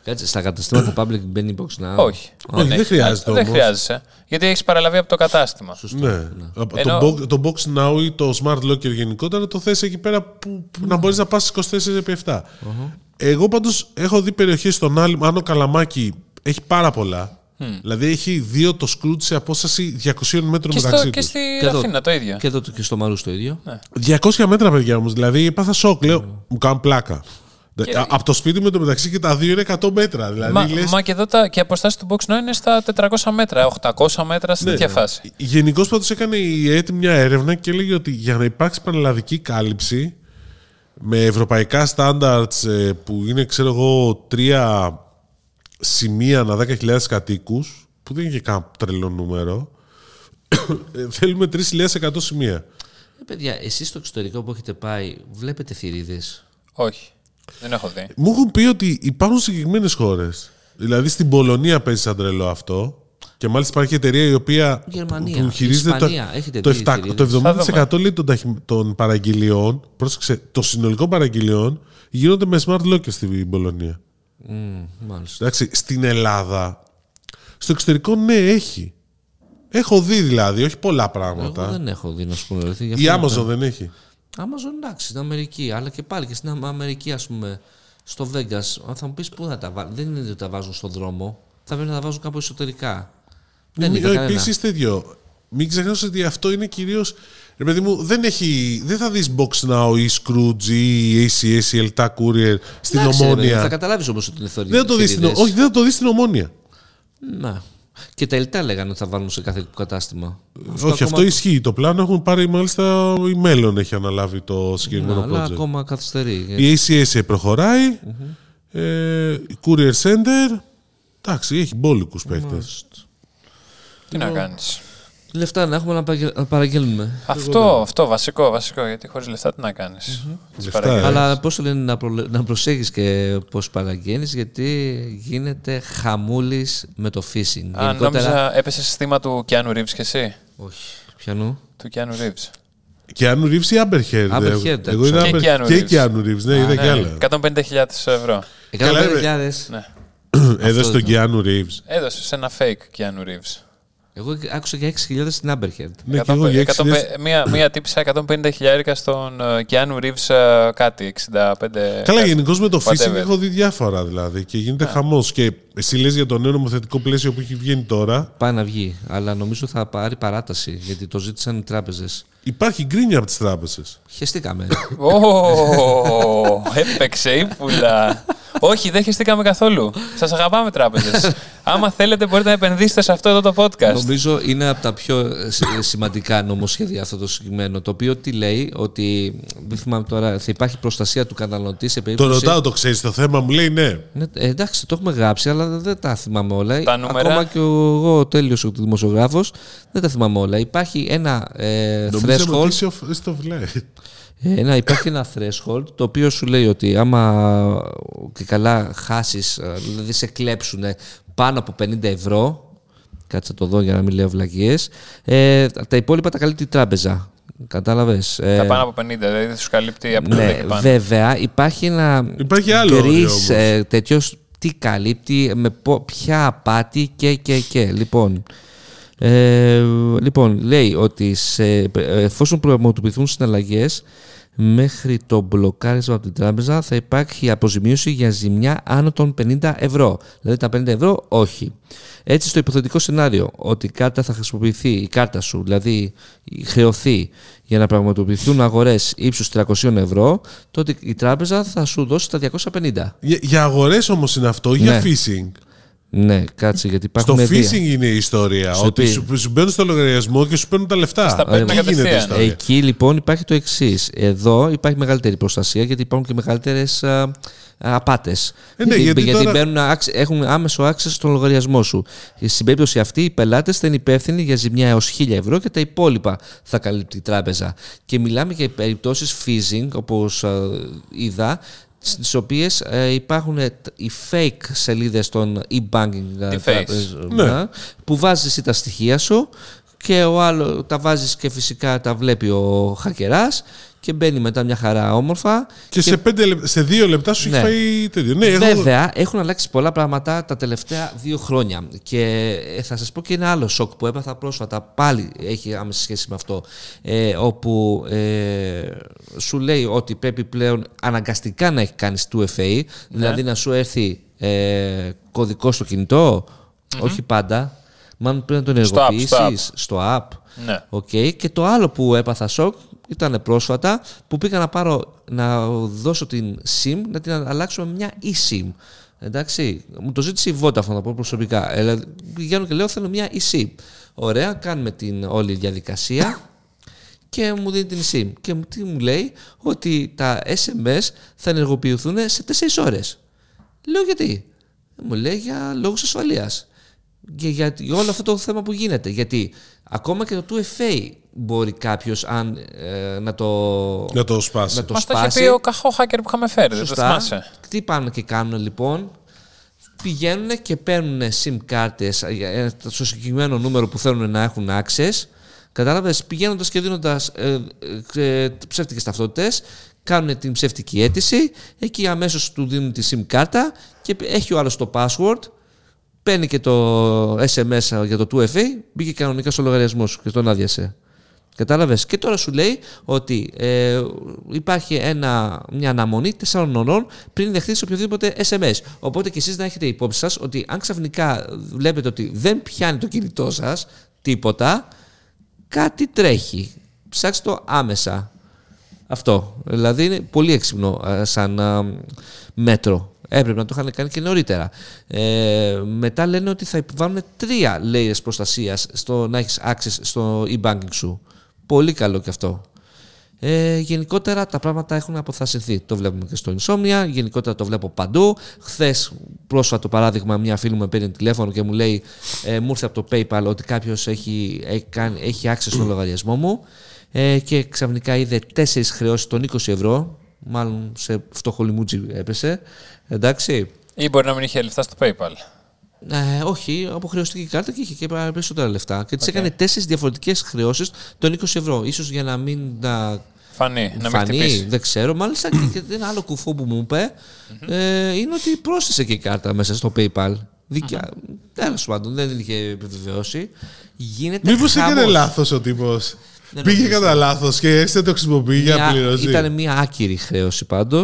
Κάτσε, στα καταστήματα του public μπαίνει Box Now.
Όχι.
Όχι, Ε, δεν
έχει.
χρειάζεται
ναι, Δεν
όμως.
χρειάζεσαι. Γιατί έχεις παραλαβεί από το κατάστημα.
Ναι. Από
Ενώ-
Το, box, το box now ή το smart locker γενικότερα το θες εκεί πέρα που, που να μπορείς να πας στις 24 επί 7. Εγώ πάντως έχω δει περιοχές στον άλλη, Άνω Καλαμάκη έχει πάρα πολλά. Δηλαδή έχει δύο το σκρούτ σε απόσταση 200 μέτρων
Και, στο, και
μεταξύ τους.
στη
Και εδώ-
Αθήνα το ίδιο. Ναι.
Και εδώ και στο Μαρούς το ίδιο.
200 μέτρα, παιδιά μου. Δηλαδή, έπαθα σοκ. Λέω, μου κάνουν πλάκα.
Και-
Α- Από το σπίτι με το μεταξύ και τα δύο είναι 100 μέτρα. Δηλαδή,
Μα,
λες,
μα και εδώ τα, και οι αποστάσει του Box Now είναι στα 400 μέτρα, 800 μέτρα, σε
Ναι.
τέτοια φάση.
Γενικώς πάντως έκανε η ΕΕΤ μια έρευνα και έλεγε ότι για να υπάρξει πανελλαδική κάλυψη με ευρωπαϊκά standards ε, που είναι ξέρω εγώ τρία σημεία ανά 10.000 κατοίκους που δεν είναι και κάποιο τρελό νούμερο ε, θέλουμε 3.100 σημεία.
Ε, παιδιά, εσείς στο εξωτερικό που έχετε πάει, βλέπετε θηρίδες.
Όχι. Δεν έχω δει.
Μου έχουν πει ότι υπάρχουν συγκεκριμένες χώρες. Δηλαδή στην Πολωνία παίζει σαν τρελό αυτό. Και μάλιστα υπάρχει εταιρεία η οποία
Γερμανία,
που χειρίζεται
Ισπανία, έχετε
το,
δει
το, 7, το
χειρίζεται.
70% λέει των, ταχυ- των παραγγελιών, πρόσεξε, των συνολικών παραγγελιών γίνονται με smart lockers στην Πολωνία.
Μάλιστα.
Εντάξει, στην Ελλάδα, στο εξωτερικό ναι έχει. Έχω δει δηλαδή, όχι πολλά
Εγώ
πράγματα.
δεν έχω δει να σου πω την αλήθεια,
Η
γι' αυτό
Amazon δεν έχει.
Amazon εντάξει, στην Αμερική, αλλά και πάλι και στην Αμα- Αμερική, ας πούμε, στο Vegas, αν θα μου πεις πού θα τα βάλουν. Δεν είναι ότι τα βάζουν στον δρόμο, θα πρέπει να τα βάζουν κάπου εσωτερικά. Δεν είναι κανένα.
Επίσης τέτοιο. Μην ξεχνάς ότι αυτό είναι κυρίως. Ρε παιδί μου, δεν, έχει, δεν θα δεις Box Now ή Scrooge ή ACS ή Ελτά Courier στην
Εντάξει, ρε,
Ομόνια.
Θα καταλάβεις όμως ότι είναι θεωρητικό.
δεν θα το δεις στην, όχι, δεν θα το δεις στην Ομόνια.
Να. Ναι. Και τα ελτά λέγανε ότι θα βάλουν σε κάθε κατάστημα.
Ε, όχι, αυτό ισχύει. Το πλάνο έχουν πάρει μάλιστα η Μέλλον έχει αναλάβει το
είναι
συγκεκριμένο
Ναι, Αλλά
project.
ακόμα καθυστερεί. Ε,
Η ACS προχωράει. ε, η Courier Center. Εντάξει, έχει μπόλικους παίκτες.
Τι
Λοιπόν,
να κάνεις.
Λεφτά να έχουμε να παγε- να παραγγέλνουμε.
Αυτό, αυτό βασικό, βασικό. Γιατί χωρίς λεφτά τι να κάνεις.
Λεφτά, ε.
Αλλά πώς λένε να, προλε... να προσέχεις και πώς παραγγέλνεις, γιατί γίνεται χαμούλης με το phishing.
Αν νόμιζα, έπεσες θύμα του Κιάνου Ρίβ και εσύ.
Όχι. Πιανού.
Του Κιάνου Ρίβ.
Και Keanu Reeves ή Amber Heard.
Amber
Εγώ-
Heard,
Εγώ είναι
Και
Amber-
Keanu
και
Reeves.
Keanu Reeves. Ναι, είδα και άλλα.
150.000 ευρώ.
Ε,
150.000.
Ναι.
Έδωσε τον Keanu Reeves.
Έδωσε σε ένα fake Κιάνου Ρίβ.
Εγώ άκουσα για 6.000 στην Άμπερχερντ.
Ναι, και εγώ για 6.000
Μία, μία τύπησα 150.000 στον ε, Κιάνου Ρίβ κάτι, 65.
Καλά, γενικώς με το phishing
Whatever.
έχω δει διάφορα δηλαδή και
Ναι.
γίνεται χαμός. Και εσύ λες για το νέο νομοθετικό πλαίσιο που έχει βγει τώρα.
Πάει να βγει, αλλά νομίζω θα πάρει παράταση γιατί το ζήτησαν οι τράπεζες.
Υπάρχει γκρίνια από τις τράπεζες.
Χεστήκαμε.
Ω, έπαιξε ύπουλα. Όχι, δεν χεστήκαμε καθόλου. Σας αγαπάμε τράπεζες. Άμα θέλετε, μπορείτε να επενδύσετε σε αυτό εδώ το podcast.
νομίζω είναι από τα πιο ε, σ- ε, σημαντικά νομοσχέδια αυτό το συγκεκριμένο. Το οποίο τι λέει, ότι δεν θυμάμαι τώρα, θα υπάρχει προστασία του καταναλωτή σε
Το
περίπτωση.
ρωτάω, το ξέρεις το θέμα, μου λέει ναι.
Ναι, ε, εντάξει, το έχουμε γράψει, αλλά δεν τα θυμάμαι όλα.
Τα νούμερα.
Ακόμα και εγώ, ο τέλειος ο δημοσιογράφος, δεν τα θυμάμαι όλα. Υπάρχει ένα ε,
Νομίζω
threshold.
ότι είσαι ο- στο βλέ.
Ε, να υπάρχει ένα threshold το οποίο σου λέει ότι άμα και καλά χάσεις, ε, δηλαδή σε κλέψουν πάνω από 50 ευρώ, κάτσε να το δω για να μην λέω βλακίες, ε, τα υπόλοιπα τα καλύπτει η τράπεζα. Κατάλαβες. Ε,
Τα πάνω από 50, δηλαδή δεν σου καλύπτει από το
ναι,
10 πάνω.
βέβαια υπάρχει ένα
Υπάρχει άλλο όριο όμως.
γκρίς ε, τέτοιος τι καλύπτει, με πο- ποια απάτη και και και. Λοιπόν, ε, λοιπόν λέει ότι σε, εφόσον πραγματοποιηθούν συναλλαγές μέχρι το μπλοκάρισμα από την τράπεζα θα υπάρχει αποζημίωση για ζημιά άνω των 50 ευρώ. Δηλαδή τα 50 ευρώ όχι. Έτσι στο υποθετικό σενάριο ότι η κάρτα θα χρησιμοποιηθεί, η κάρτα σου δηλαδή χρεωθεί για να πραγματοποιηθούν αγορές ύψους 300 ευρώ, τότε η τράπεζα θα σου δώσει τα 250.
για για αγορές όμως είναι αυτό, για
Ναι.
phishing.
Ναι, κάτσε γιατί
Στο
υπάρχουν
phishing
δύο.
είναι η ιστορία. Ότι
πει.
σου, σου μπαίνουν στο λογαριασμό και σου παίρνουν τα λεφτά. Ε,
τα παίρνουν
Τι γίνεται
κατευθείαν.
στο-
Εκεί λοιπόν υπάρχει το εξής. Εδώ υπάρχει μεγαλύτερη προστασία γιατί υπάρχουν και μεγαλύτερες απάτες.
Ε, ναι, γιατί τώρα-
μπαίνουν άξ- έχουν άμεσο access στον λογαριασμό σου. Ε, Στην περίπτωση αυτή, οι πελάτες θα είναι υπεύθυνοι για ζημιά έως 1000 ευρώ και τα υπόλοιπα θα καλύπτει η τράπεζα. Και μιλάμε για περιπτώσεις phishing, όπως είδα, στις οποίες ε, υπάρχουν ε, τ- οι fake σελίδες των e-banking ε,
Deepfakes.
τράπεζων,
Ναι.
να, που βάζεις εσύ τα στοιχεία σου και ο άλλο τα βάζεις και φυσικά τα βλέπει ο χακεράς και μπαίνει μετά μια χαρά όμορφα.
Και, σε, πέντε, λεπ- σε δύο λεπτά σου έχει
Ναι.
φάει τέτοιο. Ναι, έχω-
Βέβαια, έχουν αλλάξει πολλά πράγματα τα τελευταία δύο χρόνια. Και ε, θα σας πω και ένα άλλο σοκ που έπαθα πρόσφατα. Πάλι έχει άμεση σχέση με αυτό. Ε, όπου ε, σου λέει ότι πρέπει πλέον αναγκαστικά να έχει κάνεις 2FA,
Ναι.
δηλαδή να σου έρθει ε, κωδικός στο κινητο όχι πάντα. Μάλλον πρέπει να τον
Στο app, στο app.
ενεργοποιήσεις στο app.
Ναι.
Οκ. Και το άλλο που έπαθα σοκ ήταν πρόσφατα, που πήγα να πάρω να δώσω την SIM, να την αλλάξω με μια eSIM. Εντάξει, μου το ζήτησε η Vodafone, να πω προσωπικά. Ε, δηλαδή, πηγαίνω και λέω θέλω μια eSIM. Ωραία, κάνουμε την όλη διαδικασία και μου δίνει την SIM. Και μου- τι μου λέει, ότι τα SMS θα ενεργοποιηθούν σε 4 ώρες. Λέω γιατί. Μου λέει για λόγους ασφαλείας. Και για για όλο αυτό το θέμα που γίνεται. Γιατί ακόμα και το 2FA μπορεί κάποιος αν, ε, να το,
Να το σπάσει.
να το
Μας το είχε
σπάσει.
πει ο καχό hacker που είχαμε φέρει, δεν το
Σωστά.
θυμάσαι.
Τι πάνε και κάνουν λοιπόν. Πηγαίνουν και παίρνουν SIM κάρτες ε, ε, στο συγκεκριμένο νούμερο που θέλουν να έχουν access. Κατάλαβες, πηγαίνοντας και δίνοντας ε, ε, ε, ψεύτικες ταυτότητες, κάνουν την ψεύτικη αίτηση, εκεί αμέσως του δίνουν τη SIM κάρτα και έχει ο άλλος το password, παίρνει και το SMS για το 2FA, μπήκε κανονικά στο λογαριασμό σου και τον άδειασε. Κατάλαβες. Και τώρα σου λέει ότι ε, υπάρχει ένα, μια αναμονή 4 ώρων πριν δεχτείς οποιοδήποτε SMS. Οπότε και εσείς να έχετε υπόψη σας ότι αν ξαφνικά βλέπετε ότι δεν πιάνει το κινητό σας τίποτα, κάτι τρέχει. Ψάξτε το άμεσα. Αυτό. Δηλαδή είναι πολύ έξυπνο ε, σαν ε, μέτρο. Έπρεπε να το είχαν κάνει και νωρίτερα. Ε, μετά λένε ότι θα επιβάλλουν τρία layers προστασίας στο να έχεις access στο e-banking σου. Πολύ καλό και αυτό. Ε, γενικότερα τα πράγματα έχουν αποθασιθεί. Το βλέπουμε και στο Insomnia, γενικότερα το βλέπω παντού. Χθες, πρόσφατο παράδειγμα, μια φίλη μου με παίρνει τηλέφωνο και μου λέει: ε, Μου ήρθε από το PayPal ότι κάποιος έχει, έχει, κάνει- έχει access στο λογαριασμό μου ε, και ξαφνικά είδε τέσσερις χρεώσεις των 20 ευρώ. Μάλλον σε φτωχό λιμούτζι έπεσε. Εντάξει.
Ή μπορεί να μην είχε λεφτά στο PayPal.
Ε, όχι, αποχρεωστική κάρτα και είχε και περισσότερα λεφτά. Και της έκανε τέσσερις διαφορετικές χρεώσεις των 20 ευρώ. ίσως για να μην τα
Φανεί, να μην
Φανεί,
χτυπήσει.
δεν ξέρω. Μάλιστα και, και ένα άλλο κουφό που μου είπε ε, είναι ότι πρόσθεσε και η κάρτα μέσα στο PayPal. Δικιά. Τέλος πάντων, δεν την είχε επιβεβαιώσει. Γίνεται.
Μήπως έκανε
χαμός.
λάθος ο τύπος.
Δεν
Πήγε
νομίζω.
κατά λάθος και έτσι δεν το χρησιμοποιεί για να πληρώσει.
Ήταν μια άκυρη χρέωση πάντως.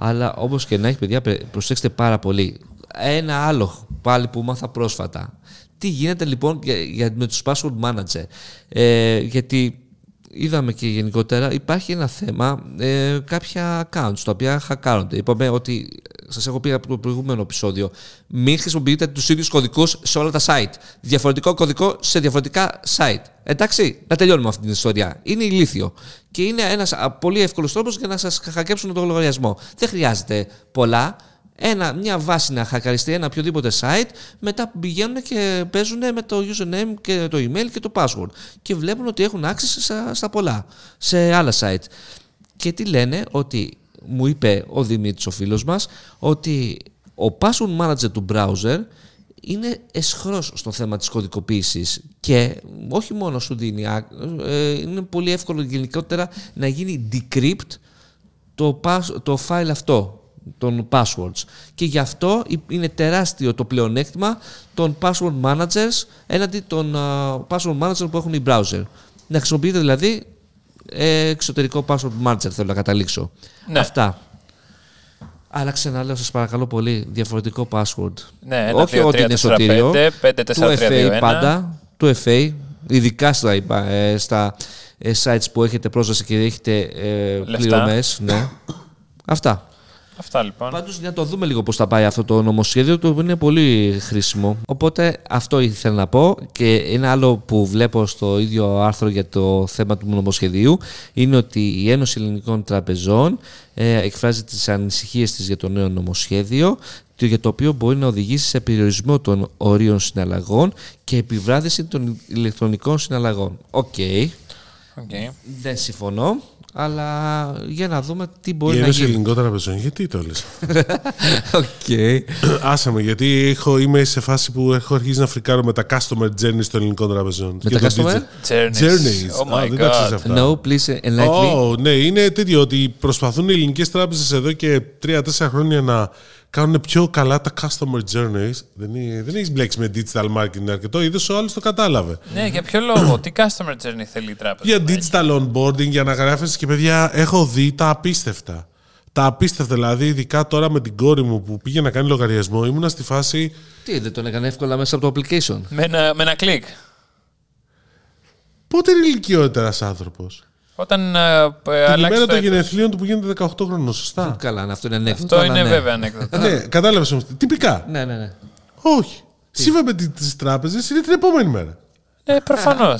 Αλλά όπως και να έχει, παιδιά, πε- προσέξτε πάρα πολύ. Ένα άλλο πάλι που μάθα πρόσφατα. Τι γίνεται λοιπόν για, για- με τους password manager. Ε, γιατί είδαμε και γενικότερα υπάρχει ένα θέμα ε, κάποια accounts τα οποία χακάρονται. Είπαμε ότι σας έχω πει από το προηγούμενο επεισόδιο, μην χρησιμοποιείτε τους ίδιους κωδικούς σε όλα τα site. Διαφορετικό κωδικό σε διαφορετικά site. Εντάξει, να τελειώνουμε αυτή την ιστορία. Είναι ηλίθιο. Και είναι ένας πολύ εύκολος τρόπος για να σας χακέψουν τον λογαριασμό. Δεν χρειάζεται πολλά. Ένα, μια βάση να χακαριστεί ένα οποιοδήποτε site, μετά πηγαίνουν και παίζουν με το username και το email και το password. Και βλέπουν ότι έχουν access στα, στα πολλά, σε άλλα site. Και τι λένε, ότι μου είπε ο Δημήτρης ο φίλος μας, ότι ο password manager του browser είναι εσχρός στο θέμα της κωδικοποίησης και όχι μόνο σου δίνει, α- ε, είναι πολύ εύκολο γενικότερα να γίνει decrypt το, pass- το file αυτό των passwords. Και γι' αυτό είναι τεράστιο το πλεονέκτημα των password managers έναντι των α, password managers που έχουν οι browser. Να χρησιμοποιείτε δηλαδή ε, εξωτερικό password manager θέλω να καταλήξω.
Ναι.
Αυτά. Αλλά ξαναλέω σας παρακαλώ πολύ διαφορετικό password.
Ναι, ένα,
Όχι
δύο,
ότι
τρία,
είναι
τέσσερα,
σωτήριο.
πέντε, πέντε,
Του
τέσσερα, τρία, δύο,
FA
ένα.
πάντα. Του FA. Ειδικά στα, υπα- ε, στα ε, sites που έχετε πρόσβαση και έχετε ε,
Λεφτά.
πληρωμές. Ναι. Αυτά.
Αυτά λοιπόν.
Πάντως για να το δούμε λίγο πώς θα πάει αυτό το νομοσχέδιο, το οποίο είναι πολύ χρήσιμο. Οπότε αυτό ήθελα να πω και ένα άλλο που βλέπω στο ίδιο άρθρο για το θέμα του νομοσχεδίου είναι ότι η Ένωση Ελληνικών Τραπεζών ε, εκφράζει τις ανησυχίες της για το νέο νομοσχέδιο το- για το οποίο μπορεί να οδηγήσει σε περιορισμό των ορίων συναλλαγών και επιβράδυση των ηλεκτρονικών συναλλαγών. Οκ,
Οκ.
δεν συμφωνώ, αλλά για να δούμε τι
Η
μπορεί να
Ένωση
γίνει.
Ελληνικών Τραπεζών, γιατί το λες.
Οκ.
Άσε με, γιατί έχω, είμαι σε φάση που έχω αρχίσει να φρικάρω με τα customer journeys των ελληνικών τραπεζών.
Με
Και
τα
το
customer?
digi-
Journeys.
Journeys.
Oh my
Α, δεν
God.
τα ξέρεις αυτά.
No, please uh, enlighten
Ω,
me.
ναι, είναι τέτοιο ότι προσπαθούν οι ελληνικές τράπεζες εδώ και 3-4 χρόνια να κάνουν πιο καλά τα customer journeys. Δεν, είναι- δεν έχεις μπλέξει με digital marketing αρκετό, είδες ο άλλος το κατάλαβε.
Ναι, για ποιο λόγο, τι customer journey θέλει η τράπεζα.
Για digital onboarding, για να γράφεις και παιδιά, έχω δει τα απίστευτα. Τα απίστευτα, δηλαδή, ειδικά τώρα με την κόρη μου που πήγε να κάνει λογαριασμό, ήμουνα στη φάση.
Τι, δεν τον έκανε εύκολα μέσα από το application.
Με ένα, με ένα κλικ.
Πότε είναι ηλικιότερα άνθρωπος.
Όταν ε, ε,
Την
αλλάξει
ημέρα
το
των
έτος.
γενεθλίων του που γίνεται 18 χρόνων, σωστά.
Καλά, αυτό είναι ανέκδοτο.
Αυτό
αλλά
είναι
ναι.
βέβαια ανέκδοτο.
ναι, κατάλαβες όμως. Τυπικά.
Ναι, ναι, ναι.
Όχι. Σύμφωνα με τις τράπεζες είναι την επόμενη μέρα.
ναι, προφανώ.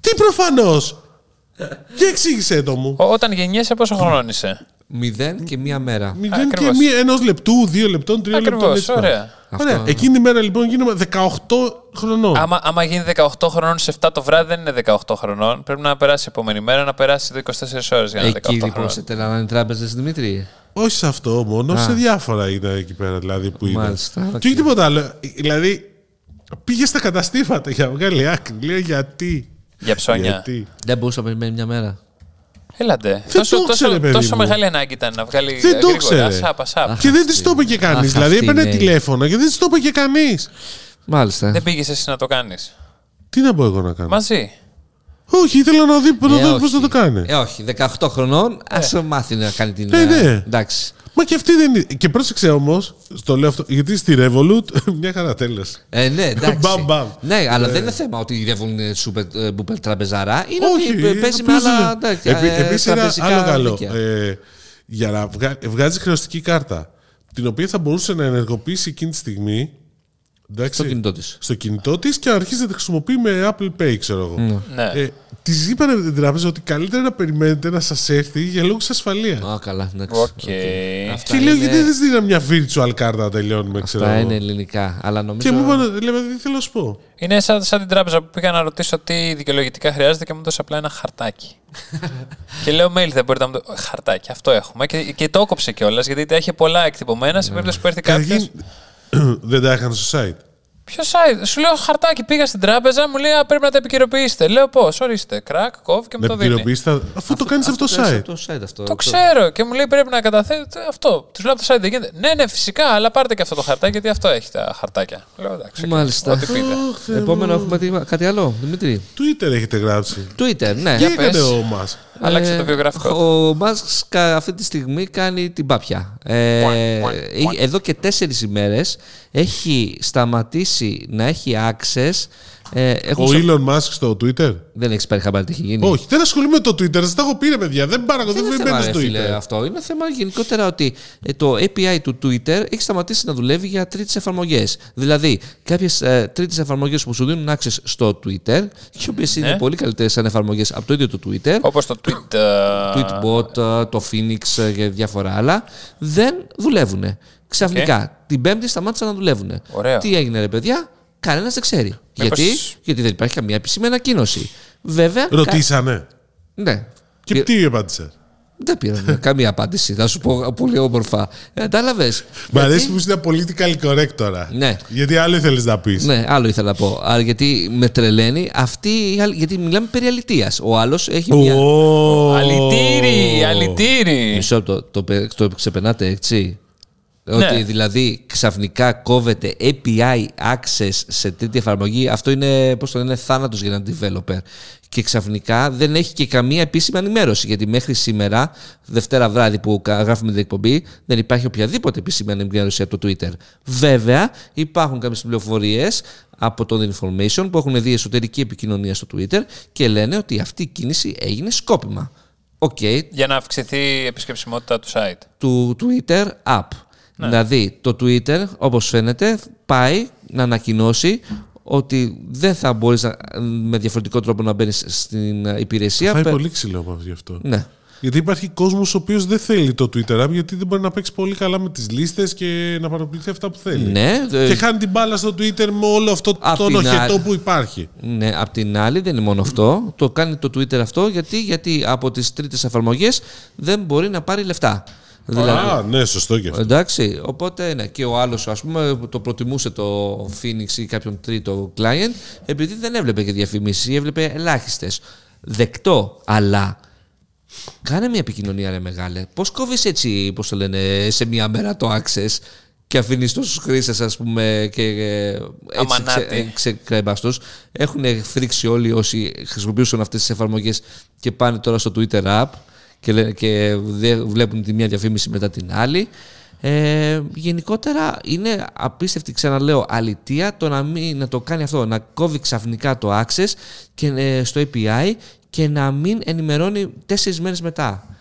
Τι προφανώ! Για εξήγησέ το μου.
Όταν γεννιέσαι, πόσο χρόνο είσαι.
Μηδέν και μία μέρα.
Μηδέν
Ε,
και
ακριβώς.
μία ενός λεπτού, δύο λεπτών, τριών λεπτών.
Ακριβώ,
έτσι πάμε.
ωραία.
Ωραία.
Αυτό-
Εκείνη η μέρα λοιπόν γίνομαι 18 χρονών.
Άμα, άμα γίνει 18 χρονών σε 7 το βράδυ, δεν είναι 18 χρονών. Πρέπει να περάσει η επόμενη μέρα, να περάσει 24 ώρες για να είναι 18
Εκεί λοιπόν
χρονών.
σε τελανάνε τράπεζες, Δημήτρη.
Όχι σε αυτό μόνο, σε διάφορα είναι εκεί πέρα δηλαδή που είναι.
Μάλιστα, οκ.
Και όχι τίποτα άλλο. Δηλαδή πήγε στα καταστήματα για να βγάλει άκρη. Λέω γιατί.
Για ψώνια.
γιατί.
Δεν μπορούσε να περιμένει μια μέρα.
Έλατε.
το ήξερε,
τόσο,
παιδί
τόσο
μου.
μεγάλη ανάγκη ήταν να βγάλει
Δεν το
γρήγορα.
ήξερε.
Σάπα, σάπα.
Και δεν της το είπε και κανεί.
Αχ,
Δηλαδή
αυτή
έπαιρνε
είναι η-
τηλέφωνο και δεν της το είπε και κανείς.
Μάλιστα.
Δεν πήγες εσύ να το κάνεις.
Τι να πω εγώ να κάνω.
Μαζί.
Όχι, ήθελα να δει
Ε,
πώς
όχι.
θα το κάνει.
Ε, όχι. 18
Ε.
χρονών, ας μάθει να κάνει την.
Ε, ναι.
Εντάξει.
Μα και αυτή δεν είναι. Και πρόσεξε όμως, στο λέω αυτό, γιατί στη Revolut μια χαρά τέλεσε.
Ε, ναι, εντάξει.
Μπαμ, μπαμ. Ε.
Ναι, αλλά δεν είναι θέμα ότι ρεύουν σούπερ ε, μπούπερ τραπεζαρά. Είναι
Όχι,
ότι ε, παίζει με
απλώς
άλλα.
είναι.
τέτοια,
Επί-
ε,
Επίσης ένα
τραπεζικά
άλλο καλό.
δίκαια.
Ε, για να βγα- βγάζει χρεωστική κάρτα, την οποία θα μπορούσε να ενεργοποιήσει εκείνη τη στιγμή. Εντάξει,
Στο κινητό της.
στο κινητό της και αρχίζει να τη χρησιμοποιεί με Apple Pay, ξέρω εγώ.
Ναι.
Ε, της είπανε την τράπεζα ότι καλύτερα να περιμένετε να σας έρθει για λόγους ασφαλείας.
Α, καλά. εντάξει.
Οκ.
Αυτά
και λέω,
είναι-
γιατί δεν της δίνω μια virtual κάρτα να τελειώνουμε, ξέρω
Αυτά είναι
εγώ.
ελληνικά. Αλλά νομίζω.
Και μου είπαν, λέμε, δεν θέλω να σου πω.
Είναι σαν, σαν την τράπεζα που πήγα να ρωτήσω τι δικαιολογητικά χρειάζεται και μου έδωσε απλά ένα χαρτάκι. και λέω mail, δεν μπορείτε να μου το. Χαρτάκι, αυτό έχουμε. Και, και το έκοψε κιόλας γιατί τα είχε πολλά εκτυπωμένα σε περίπτωση που έρθει κάποιο.
Καταρχήν, δεν τα είχαν στο site.
Ποιο site. Σου λέω χαρτάκι, πήγα στην τράπεζα, μου λέει «Α, πρέπει να τα επικαιροποιήσετε. Λέω πώς, ορίστε. Κρακ, κόβει και μου
Να
το δίνει.
επικοινωνήσει τα. Αφού το κάνει αυτό το
κάνεις
site.
από το site αυτό.
Το ξέρω και μου λέει πρέπει να καταθέσετε αυτό. Τους λέω από το site δεν γίνεται. Ναι, ναι, φυσικά, αλλά πάρτε και αυτό το χαρτάκι γιατί αυτό έχει τα χαρτάκια. Λέω εντάξει. οκ,
Μάλιστα.
Ό,τι πείτε.
Αχ, Θεέ μου.
Ε, Επόμενο έχουμε τι- κάτι άλλο, Δημήτρη.
Twitter έχετε γράψει.
Twitter, ναι. Ε,
Τι έκανε
πες.
ο Μάς.
Άλλαξε το βιογραφικό. του.
Ο Μάσκ κα- αυτή τη στιγμή κάνει την πάπια. Ε, ε, εδώ και τέσσερις ημέρες έχει σταματήσει να έχει access. Ε,
Ο
έχουν σο-
Elon Musk στο Twitter.
Δεν έχεις πάρει χαμπάρι τι έχει γίνει.
Όχι, δεν ασχολούμαι με το Twitter. Σας τα έχω πει, ρε παιδιά. Δεν παρακολουθώ.
Δεν
Δεν
είναι θέμα,
μπαίνω
ρε,
στο
φίλε,
Twitter.
αυτό. Είναι θέμα γενικότερα ότι ε, το API του Twitter έχει σταματήσει να δουλεύει για τρίτες εφαρμογές. Δηλαδή, κάποιες ε, τρίτες εφαρμογές που σου δίνουν access στο Twitter, οι οποίες
Ναι.
είναι πολύ καλύτερες σαν εφαρμογές από το ίδιο το Twitter,
Όπως το tweet. ε,
Tweetbot, ε, το Phoenix ε, και διάφορα άλλα, δεν δουλεύουν. Ξαφνικά, την Πέμπτη σταμάτησαν να δουλεύουν.
Ωραίο.
Τι έγινε, ρε παιδιά, κανένας δεν ξέρει.
Μήπως-
Γιατί? Γιατί δεν υπάρχει καμία επίσημη ανακοίνωση. Βέβαια. κα-
Ρωτήσανε.
Ναι.
Και
Πη-
τι απάντησε.
δεν πήραν καμία απάντηση, θα σου πω πολύ όμορφα. Ε, Κατάλαβε.
Μ' αρέσει που είσαι political correct τώρα.
Ναι.
Γιατί άλλο ήθελες να πεις.
Ναι, άλλο ήθελα να πω. Α, γιατί με τρελαίνει αυτή. η άλλη- Γιατί μιλάμε περί αλητείας. Ο άλλος έχει μια.
Αλητήρι, αλητήρι.
Μισό λεπτό, το, πε- το ξεπερνάτε έτσι.
Ναι.
Ότι δηλαδή ξαφνικά κόβεται API access σε τρίτη εφαρμογή. Αυτό είναι, πώς το λένε, θάνατος για έναν developer. Και ξαφνικά δεν έχει και καμία επίσημη ενημέρωση. Γιατί μέχρι σήμερα, Δευτέρα βράδυ που κα- γράφουμε την εκπομπή, δεν υπάρχει οποιαδήποτε επίσημη ενημέρωση από το Twitter. Βέβαια, υπάρχουν κάποιες πληροφορίες από το The Information που έχουν δει εσωτερική επικοινωνία στο Twitter και λένε ότι αυτή η κίνηση έγινε σκόπιμα. Οκ,
Για να αυξηθεί η επισκεψιμότητα του site.
του Twitter app.
Ναι.
Δηλαδή, το Twitter, όπως φαίνεται, πάει να ανακοινώσει ότι δεν θα μπορείς να- με διαφορετικό τρόπο να μπαίνεις στην ε, υπηρεσία.
Θα είναι
Πε-
πολύ ξύλο από γι' αυτό.
Ναι.
Γιατί υπάρχει κόσμος ο οποίος δεν θέλει το Twitter app γιατί δεν μπορεί να παίξει πολύ καλά με τις λίστες και να παραπληθεί αυτά που θέλει.
Ναι, δε-
Και χάνει την μπάλα στο Twitter με όλο αυτό
Απ'
το
την
νοχετό
άλλη.
που υπάρχει.
Ναι, απ' την άλλη δεν είναι μόνο αυτό. Το κάνει το Twitter αυτό γιατί, γιατί από τις τρίτες εφαρμογές δεν μπορεί να πάρει λεφτά. Δηλαδή,
Α, ναι, σωστό και αυτό.
Εντάξει, οπότε ναι. Και ο άλλος, ας πούμε, το προτιμούσε το Phoenix ή κάποιον τρίτο client, επειδή δεν έβλεπε και διαφημίσεις ή έβλεπε ελάχιστες. Δεκτό, αλλά κάνε μια επικοινωνία, ρε μεγάλε. Πώς κόβεις έτσι, πώς το λένε, σε μια μέρα το access και αφήνεις του χρήστες, ας πούμε, και ε, έτσι
Αμανάτη.
ξεκρέμπαστο. Έχουν φρίξει όλοι όσοι χρησιμοποιούσαν αυτές τις εφαρμογές και πάνε τώρα στο Twitter app και, λέ- και δε- βλέπουν τη μία διαφήμιση μετά την άλλη. Ε, γενικότερα είναι απίστευτη, ξαναλέω, αλητεία το να, μην, να το κάνει αυτό, να κόβει ξαφνικά το access και, ε, στο API και να μην ενημερώνει τέσσερις μέρες μετά.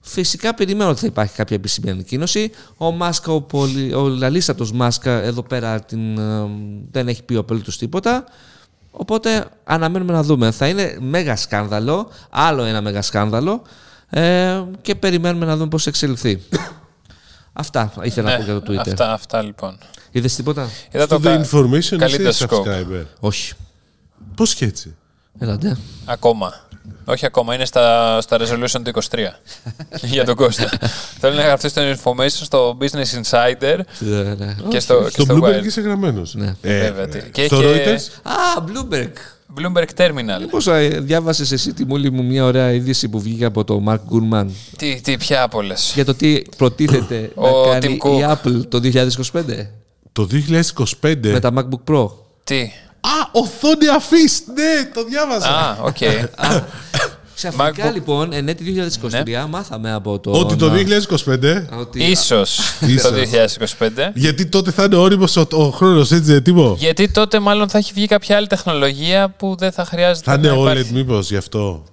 Φυσικά περιμένω ότι θα υπάρχει κάποια επίσημη ανακοίνωση. Ο Μάσκα, ο, πολυ... ο λαλίστατος Μάσκα εδώ πέρα την, ε, δεν έχει πει απολύτως τίποτα. Οπότε αναμένουμε να δούμε. Θα είναι μέγα σκάνδαλο, άλλο ένα μέγα σκάνδαλο ε, και περιμένουμε να δούμε πώς θα εξελιχθεί. αυτά ήθελα να πω για το Twitter. Είδε
Ναι, Αυτά, αυτά λοιπόν.
Είδες τίποτα?
Είδα
Το
κα-
The Information
καλύτερο
εσύ
scope.
subscriber.
Όχι.
Πώς και έτσι.
Έλατε.
Ακόμα. Όχι ακόμα, είναι στα, στα resolution του 23. για τον Κώστα. Θέλω να γραφτεί στο information στο Business Insider
Ε, ναι.
και στο, και
Στο
στο
Bloomberg
Wired.
είσαι γραμμένος.
Ναι.
Ε,
Βέβαια, τι- και
στο
και
Reuters
Α, Bloomberg.
Bloomberg Terminal.
Πώς ε, διάβασες εσύ τη μόλι μου μια ωραία είδηση που βγήκε από το Mark Gurman
Τι, τι πια απ' όλε.
για το τι προτίθεται να
Ο
κάνει
Tim
η
Cook.
Apple το 2025
το 2025.
με τα MacBook Pro.
Τι.
Α, οθόνη αφής. Ναι, το διάβαζα.
Α, οκ.
Ξαφνικά
MacBook. Ναι.
λοιπόν, εν έτη 2023, μάθαμε από το.
Ότι το 2025.
Ότι...
Ίσως
Ίσως.
το 2025.
Γιατί τότε θα είναι όριμος ο, ο χρόνος, έτσι, ε, Τίμω.
Γιατί τότε μάλλον θα έχει βγει κάποια άλλη τεχνολογία που δεν θα χρειάζεται
Θα είναι
να
OLED
Ναι, υπάρχει.
μήπως γι' αυτό.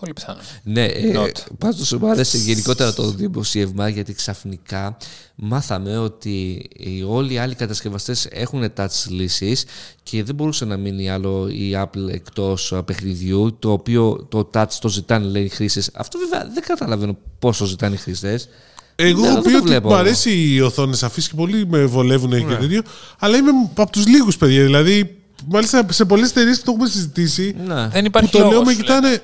Πολύ πιθανό.
Ναι, ε,
Not.
πάντως μου άρεσε γενικότερα το δημοσίευμα γιατί ξαφνικά μάθαμε ότι οι όλοι οι άλλοι κατασκευαστές έχουν touch λύσεις και δεν μπορούσε να μείνει άλλο η Apple εκτός α, παιχνιδιού το οποίο το touch το ζητάνε λέει οι χρήστες. Αυτό βέβαια δεν καταλαβαίνω πόσο ζητάνε οι χρήστες.
Εγώ
Ναι,
έχω
δεν
πει
το
ότι
βλέπω.
μου αρέσει οι οθόνες αφής και πολύ με βολεύουν
Ναι.
και τέτοιο. Αλλά είμαι από τους λίγους παιδιά. Δηλαδή, μάλιστα σε πολλές εταιρείες που το έχουμε συζητήσει.
Ναι.
Δεν
Που
υπάρχει
το λέω,
λόγος,
με
λέει.
κοιτάνε.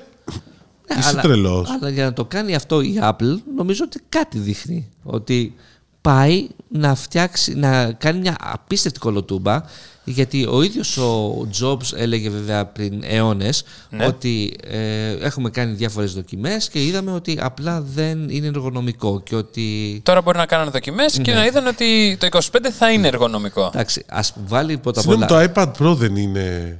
Ναι,
Είσαι
αλλά-
τρελός.
Αλλά για να το κάνει αυτό η Apple, νομίζω ότι κάτι δείχνει. Ότι πάει να φτιάξει, να κάνει μια απίστευτη κολοτούμπα. Γιατί ο ίδιος ο Jobs έλεγε βέβαια πριν αιώνες
Ναι.
ότι ε, έχουμε κάνει διάφορες δοκιμές και είδαμε ότι απλά δεν είναι εργονομικό και ότι...
Τώρα μπορεί να κάνουν δοκιμέ
Ναι.
και να είδαν ότι το 25 θα είναι εργονομικό.
Εντάξει, ας βάλει πρώτα απ'
Συγγνώμη,
όλα...
το iPad Pro δεν είναι.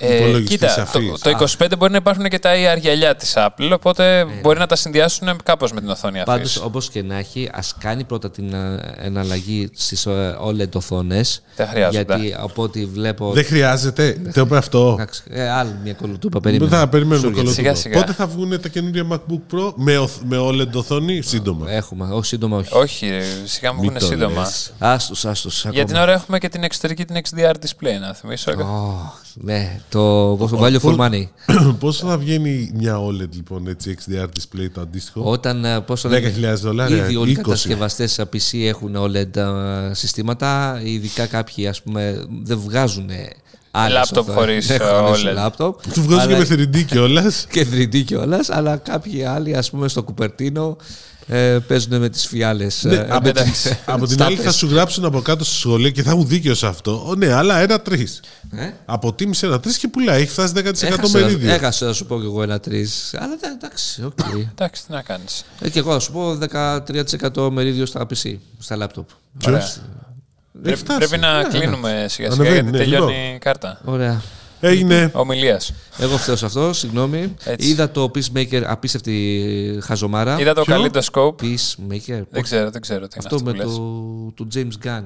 Ε, υπολογιστή
Ε, κοίτα,
αφή.
το, το 25 μπορεί να υπάρχουν και τα ER γυαλιά της Apple, οπότε
Ε.
μπορεί να τα συνδυάσουν κάπως με την οθόνη αυτή.
Πάντως όπως και να έχει, ας κάνει πρώτα την ε, εναλλαγή στις ε, OLED οθόνες.
Δεν χρειάζονται.
Γιατί από ό,τι βλέπω...
Δεν χρειάζεται. Το είπε αυτό.
Εντάξει, ε, άλλη μια κολοτούπα
Δεν
περίμενα.
θα περιμένουμε
Σούργελα.
κολοτούμπα.
Σιγά, σιγά.
Πότε θα βγουν τα καινούργια MacBook Pro με, οθ- με OLED οθόνη, σύντομα.
Έχουμε, όχι σύντομα όχι.
Όχι, ρε, σιγά μου βγουν
το
σύντομα.
λες.
Άστος, άστος. Ακόμα.
Για την ώρα έχουμε και την εξωτερική την XDR display, να θυμίσω.
Ω, ναι, το value for money.
Πόσο θα βγαίνει μια OLED λοιπόν, έτσι, XDR display το αντίστοιχο.
Όταν ε, πόσο
10.000 δολάρια,
Ήδη όλοι οι
20.
κατασκευαστέ PC έχουν OLED ε, συστήματα. Ειδικά κάποιοι ας πούμε δεν βγάζουν
Λάπτοπ χωρίς, ε, OLED.
Λάπτοπ,
Του βγάζουν και
αλλά-
με 3D κιόλας.
και 3D κιόλας, αλλά κάποιοι άλλοι, ας πούμε, στο Κουπερτίνο ε, παίζουν με ε, τις φιάλες.
Ναι, από, την, από την άλλη θα σου γράψουν από κάτω στο σχολείο και θα έχουν δίκιο σε αυτό. Ω, ναι, αλλά ένα-τρει.
ε.
Αποτίμησε ένα-τρει και πουλάει. Έχει φτάσει 10% μερίδιο.
Έχασα να σου πω κι εγώ ένα τρεις. Αλλά δεν- εντάξει, οκ.
Εντάξει, τι να κάνεις.
Ε, και εγώ θα σου πω 13% μερίδιο στα PC, στα λάπτοπ.
Ποιος?
Πρέπει,
φτάσει.
πρέπει να
Ναι,
κλείνουμε σιγά σιγά
Ανεβαίνει,
γιατί
ναι,
τελειώνει
λοιπόν.
η κάρτα.
Ωραία.
Έγινε.
Ομιλίας.
Εγώ φταίω σε αυτό, συγγνώμη.
Έτσι.
Είδα το Peacemaker, απίστευτη χαζομάρα.
Είδα το
Ποιο?
καλλιτοσκόπ.
Peacemaker.
Δεν ξέρω, δεν ξέρω τι είναι
Αυτό
αυτό
με
που λες.
το, του James Gunn.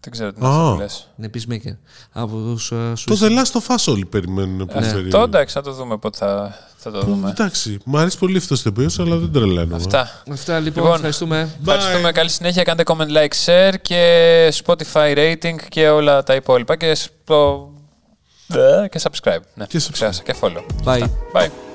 Δεν ξέρω τι είναι αυτό
Α.
που λες.
Είναι Peacemaker. Από τους, ε,
Το
Suicide
The Last of Us όλοι περιμένουν. που φέρει.
Το εντάξει, θα το δούμε πότε θα, Ναι. θα το δούμε.
Εντάξει, μου αρέσει πολύ αυτός το οποίο, αλλά δεν τρελαίνω.
Αυτά.
Αυτά λοιπόν,
Λοιπόν.
ευχαριστούμε.
Ευχαριστούμε. Καλή συνέχεια. Κάντε comment, like, share και Spotify rating και όλα τα υπόλοιπα. Και, στο... και subscribe. Ναι.
Και subscribe.
ξέχασα. Και follow.
Bye.
Bye.